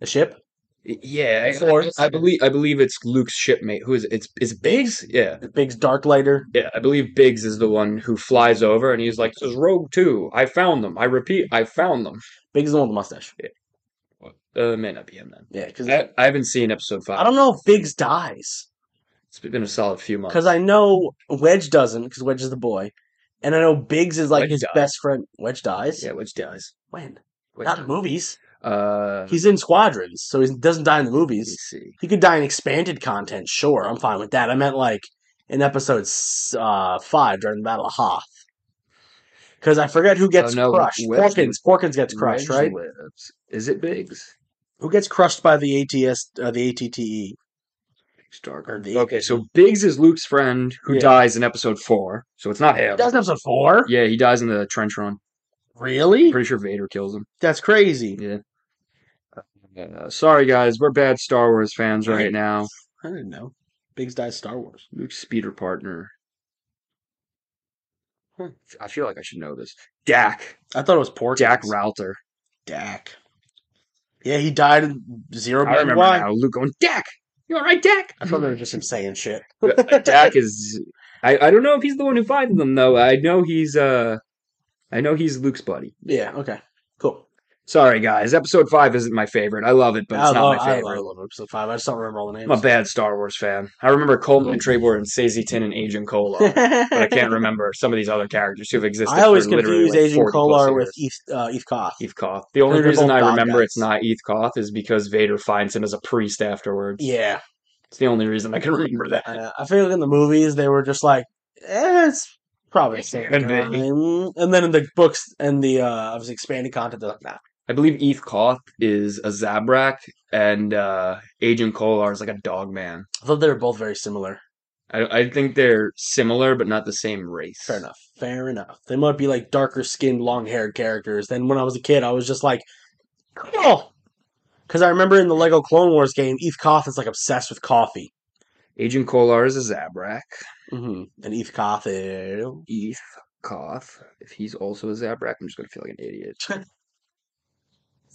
B: a ship.
C: yeah, I- I,
B: Force.
C: I believe I believe it's Luke's shipmate. Who is it? It's is it Biggs? Yeah,
B: Big's dark lighter.
C: yeah. I believe Biggs is the one who flies over, and he's like, "This is Rogue Two. I found them. I repeat, I found them."
B: Big's the one with the mustache.
C: Uh, it may not be him then.
B: Yeah, because I,
C: I, I haven't seen episode five.
B: don't know if Big's dies
C: It's been a solid few months.
B: because I know Wedge doesn't because Wedge is the boy, and I know Biggs is like
C: Wedge
B: his
C: dies.
B: best friend. Wedge dies.
C: Yeah, which dies.
B: When?
C: Which
B: Not in movies.
C: Uh,
B: He's in squadrons, so he doesn't die in the
C: let me
B: movies.
C: see.
B: He could die in expanded content, sure. I'm fine with that. I meant like in episode s- uh, five during the Battle of Hoth. Because I forget who gets
C: Oh, no,
B: crushed.
C: Wedge-
B: Porkins. Porkins gets crushed,
C: Wedge
B: right?
C: lives. Is it Biggs?
B: Who gets crushed by the ATS, uh, the ATTE? Or
C: Starker.
B: the-
C: Okay, so Biggs is Luke's friend who
B: Yeah.
C: dies in episode four, so it's not him.
B: That's episode four.
C: Yeah, he dies in the trench run.
B: Really?
C: Pretty sure Vader kills him.
B: That's crazy.
C: Yeah. Uh, sorry guys, we're bad Star Wars fans right
B: Right.
C: now.
B: I didn't know. Biggs dies Star Wars.
C: Luke's speeder partner. Hmm, I feel like I should know this. Dak.
B: I thought it was Porkins.
C: Dak Router.
B: Dak. Yeah, he died in zero.
C: I remember
B: why?
C: now. Luke going, Dak! You alright, Dak?
B: I thought they were just him saying shit.
C: Dak is I, I don't know if he's the one who finds them though. I know he's uh I know he's Luke's buddy.
B: Yeah. Okay. Cool.
C: Sorry, guys. Episode five isn't my favorite. I love it, but it's
B: I
C: not
B: love,
C: my
B: I
C: favorite.
B: love episode five. I just don't remember all the names.
C: I'm a bad Star Wars fan. I remember Coleman Trebor and Sazitin and Agent Kolar, but I can't remember some of these other characters who've existed.
B: I always
C: for literally,
B: confuse
C: like,
B: Agent
C: 40 plus
B: Kolar
C: years.
B: with Eth, uh, Eth Koth.
C: Eth Koth. The only
B: They're both
C: reason I
B: bad
C: remember it's
B: guys.
C: not Eth Koth is because Vader finds him as a priest afterwards.
B: Yeah,
C: It's the only reason I can remember that.
B: uh, I feel like in the movies they were just like, eh, it's probably the same
C: Could be.
B: guy. Mm, And then in the books and the uh, obviously expanded content, they're like, nah.
C: I believe Eth Koth is a Zabrak, and uh, Agent Kolar is like a dog man.
B: I thought they were both very similar.
C: I, I think they're similar, but not the same race.
B: Fair enough. Fair enough. They might be like darker skinned, long haired characters. Then when I was a kid, I was just like, cool. Because I remember in the Lego Clone Wars game, Eth Koth is like obsessed with coffee.
C: Agent Kolar is a Zabrak. Mm-hmm.
B: hmm And Eth Koth is.
C: Eth Koth, if he's also a Zabrak, I'm just gonna feel like an idiot.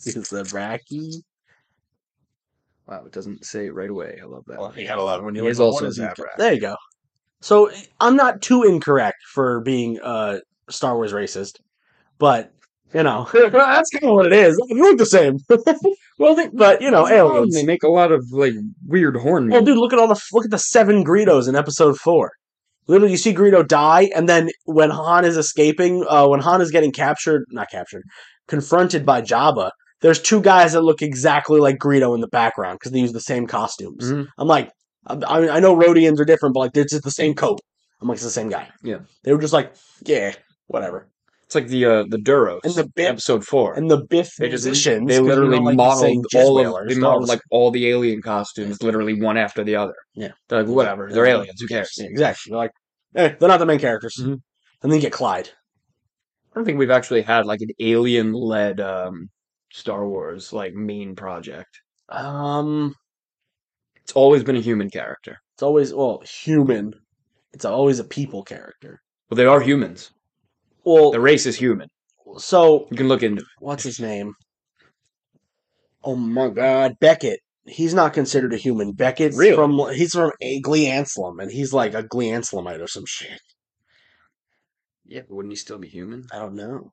B: He's a Bracky.
C: Wow, it doesn't say it right away. I love that.
B: Well, he had a lot of when
C: He
B: look
C: is
B: up,
C: also
B: what
C: a
B: he-
C: Zabrak.
B: There you go. So I'm not too incorrect for being uh, Star Wars racist, but you know that's kind of what it is. They look the same. well, they- but you know,
C: That's the problem,
B: aliens.
C: They make a lot of like weird horn.
B: Well,
C: music.
B: Oh, dude, look at all the look at the seven Greedos in Episode Four. Literally, you see Greedo die, and then when Han is escaping, uh, when Han is getting captured, not captured, confronted by Jabba, there's two guys that look exactly like Greedo in the background because they use the same costumes.
C: Mhm.
B: I'm like, I, I mean, I know Rhodians are different, but like, they're just the same coat. I'm like, it's the same guy.
C: Yeah.
B: They were just like, yeah, whatever.
C: It's like the uh, the Duros
B: And the bit-
C: episode four.
B: And the Biff
C: they just
B: musicians,
C: they
B: 'cause you
C: literally
B: know, like, the same
C: modeled
B: Jizz
C: all
B: Whaler
C: of they
B: Star
C: modeled
B: Wars.
C: like all the alien costumes literally one after the other.
B: Yeah.
C: They're like whatever, they're
B: Yeah.
C: aliens. Who cares?
B: Yeah, exactly. They're like, eh, they're not the main characters.
C: Mhm.
B: And then you get Clyde.
C: I don't think we've actually had like an alien led um, Star Wars like main project.
B: Um,
C: It's always been a human character.
B: it's always well human. It's always a people character.
C: Well, they are humans.
B: Well,
C: The race is human.
B: so
C: You can look into it.
B: what's his name? Oh my God, Beckett. He's not considered a human. Beckett's
C: Really?
B: from he's from a Gleanslum, and he's like a Gleanslamite or some shit.
C: Yeah, but wouldn't he still be human?
B: I don't know.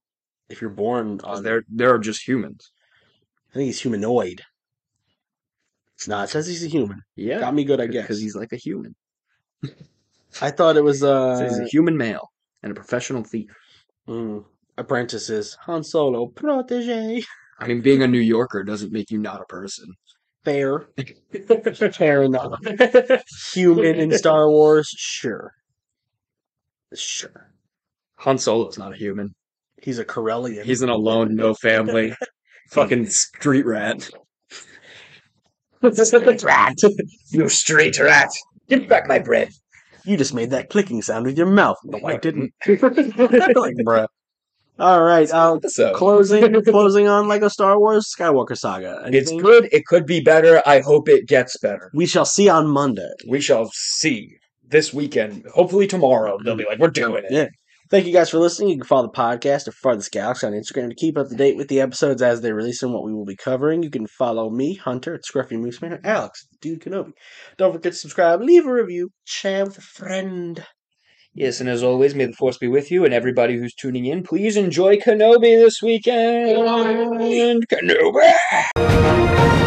B: If you're born, on,
C: Because Oh, they're they're just humans.
B: I think he's humanoid. Nah, it says he's a human.
C: Yeah,
B: Got me good, I guess.
C: because he's like a human.
B: I thought it was uh,
C: So he's a human male and a professional thief.
B: Mm. Apprentices. Han Solo. Protege.
C: I mean, being a New Yorker doesn't make you not a person.
B: Fair. Fair enough. Human in Star Wars? Sure. Sure.
C: Han Solo's not a human.
B: He's a Corellian.
C: He's an alone, no family, fucking street rat.
B: Street
C: rat. You street rat. Give back my bread.
B: you just made that clicking sound with your mouth. No, I didn't. like,
C: like,
B: bruh. All right. Uh,
C: so
B: closing closing on Lego Star Wars Skywalker Saga.
C: it's
B: Anything?
C: good. It could be better. I hope it gets better.
B: We shall see on Monday.
C: We shall see this weekend. Hopefully tomorrow they'll be like, we're doing it.
B: Yeah. Thank you guys for listening. You can follow the podcast at Farthest Galaxy on Instagram to keep up to date with the episodes as they release and what we will be covering. You can follow me, Hunter, at Scruffy Mooseman, and Alex, Dude Kenobi. Don't forget to subscribe, leave a review, share with a friend.
C: Yes, and as always, may the force be with you and everybody who's tuning in. Please enjoy Kenobi this weekend. Kenobi.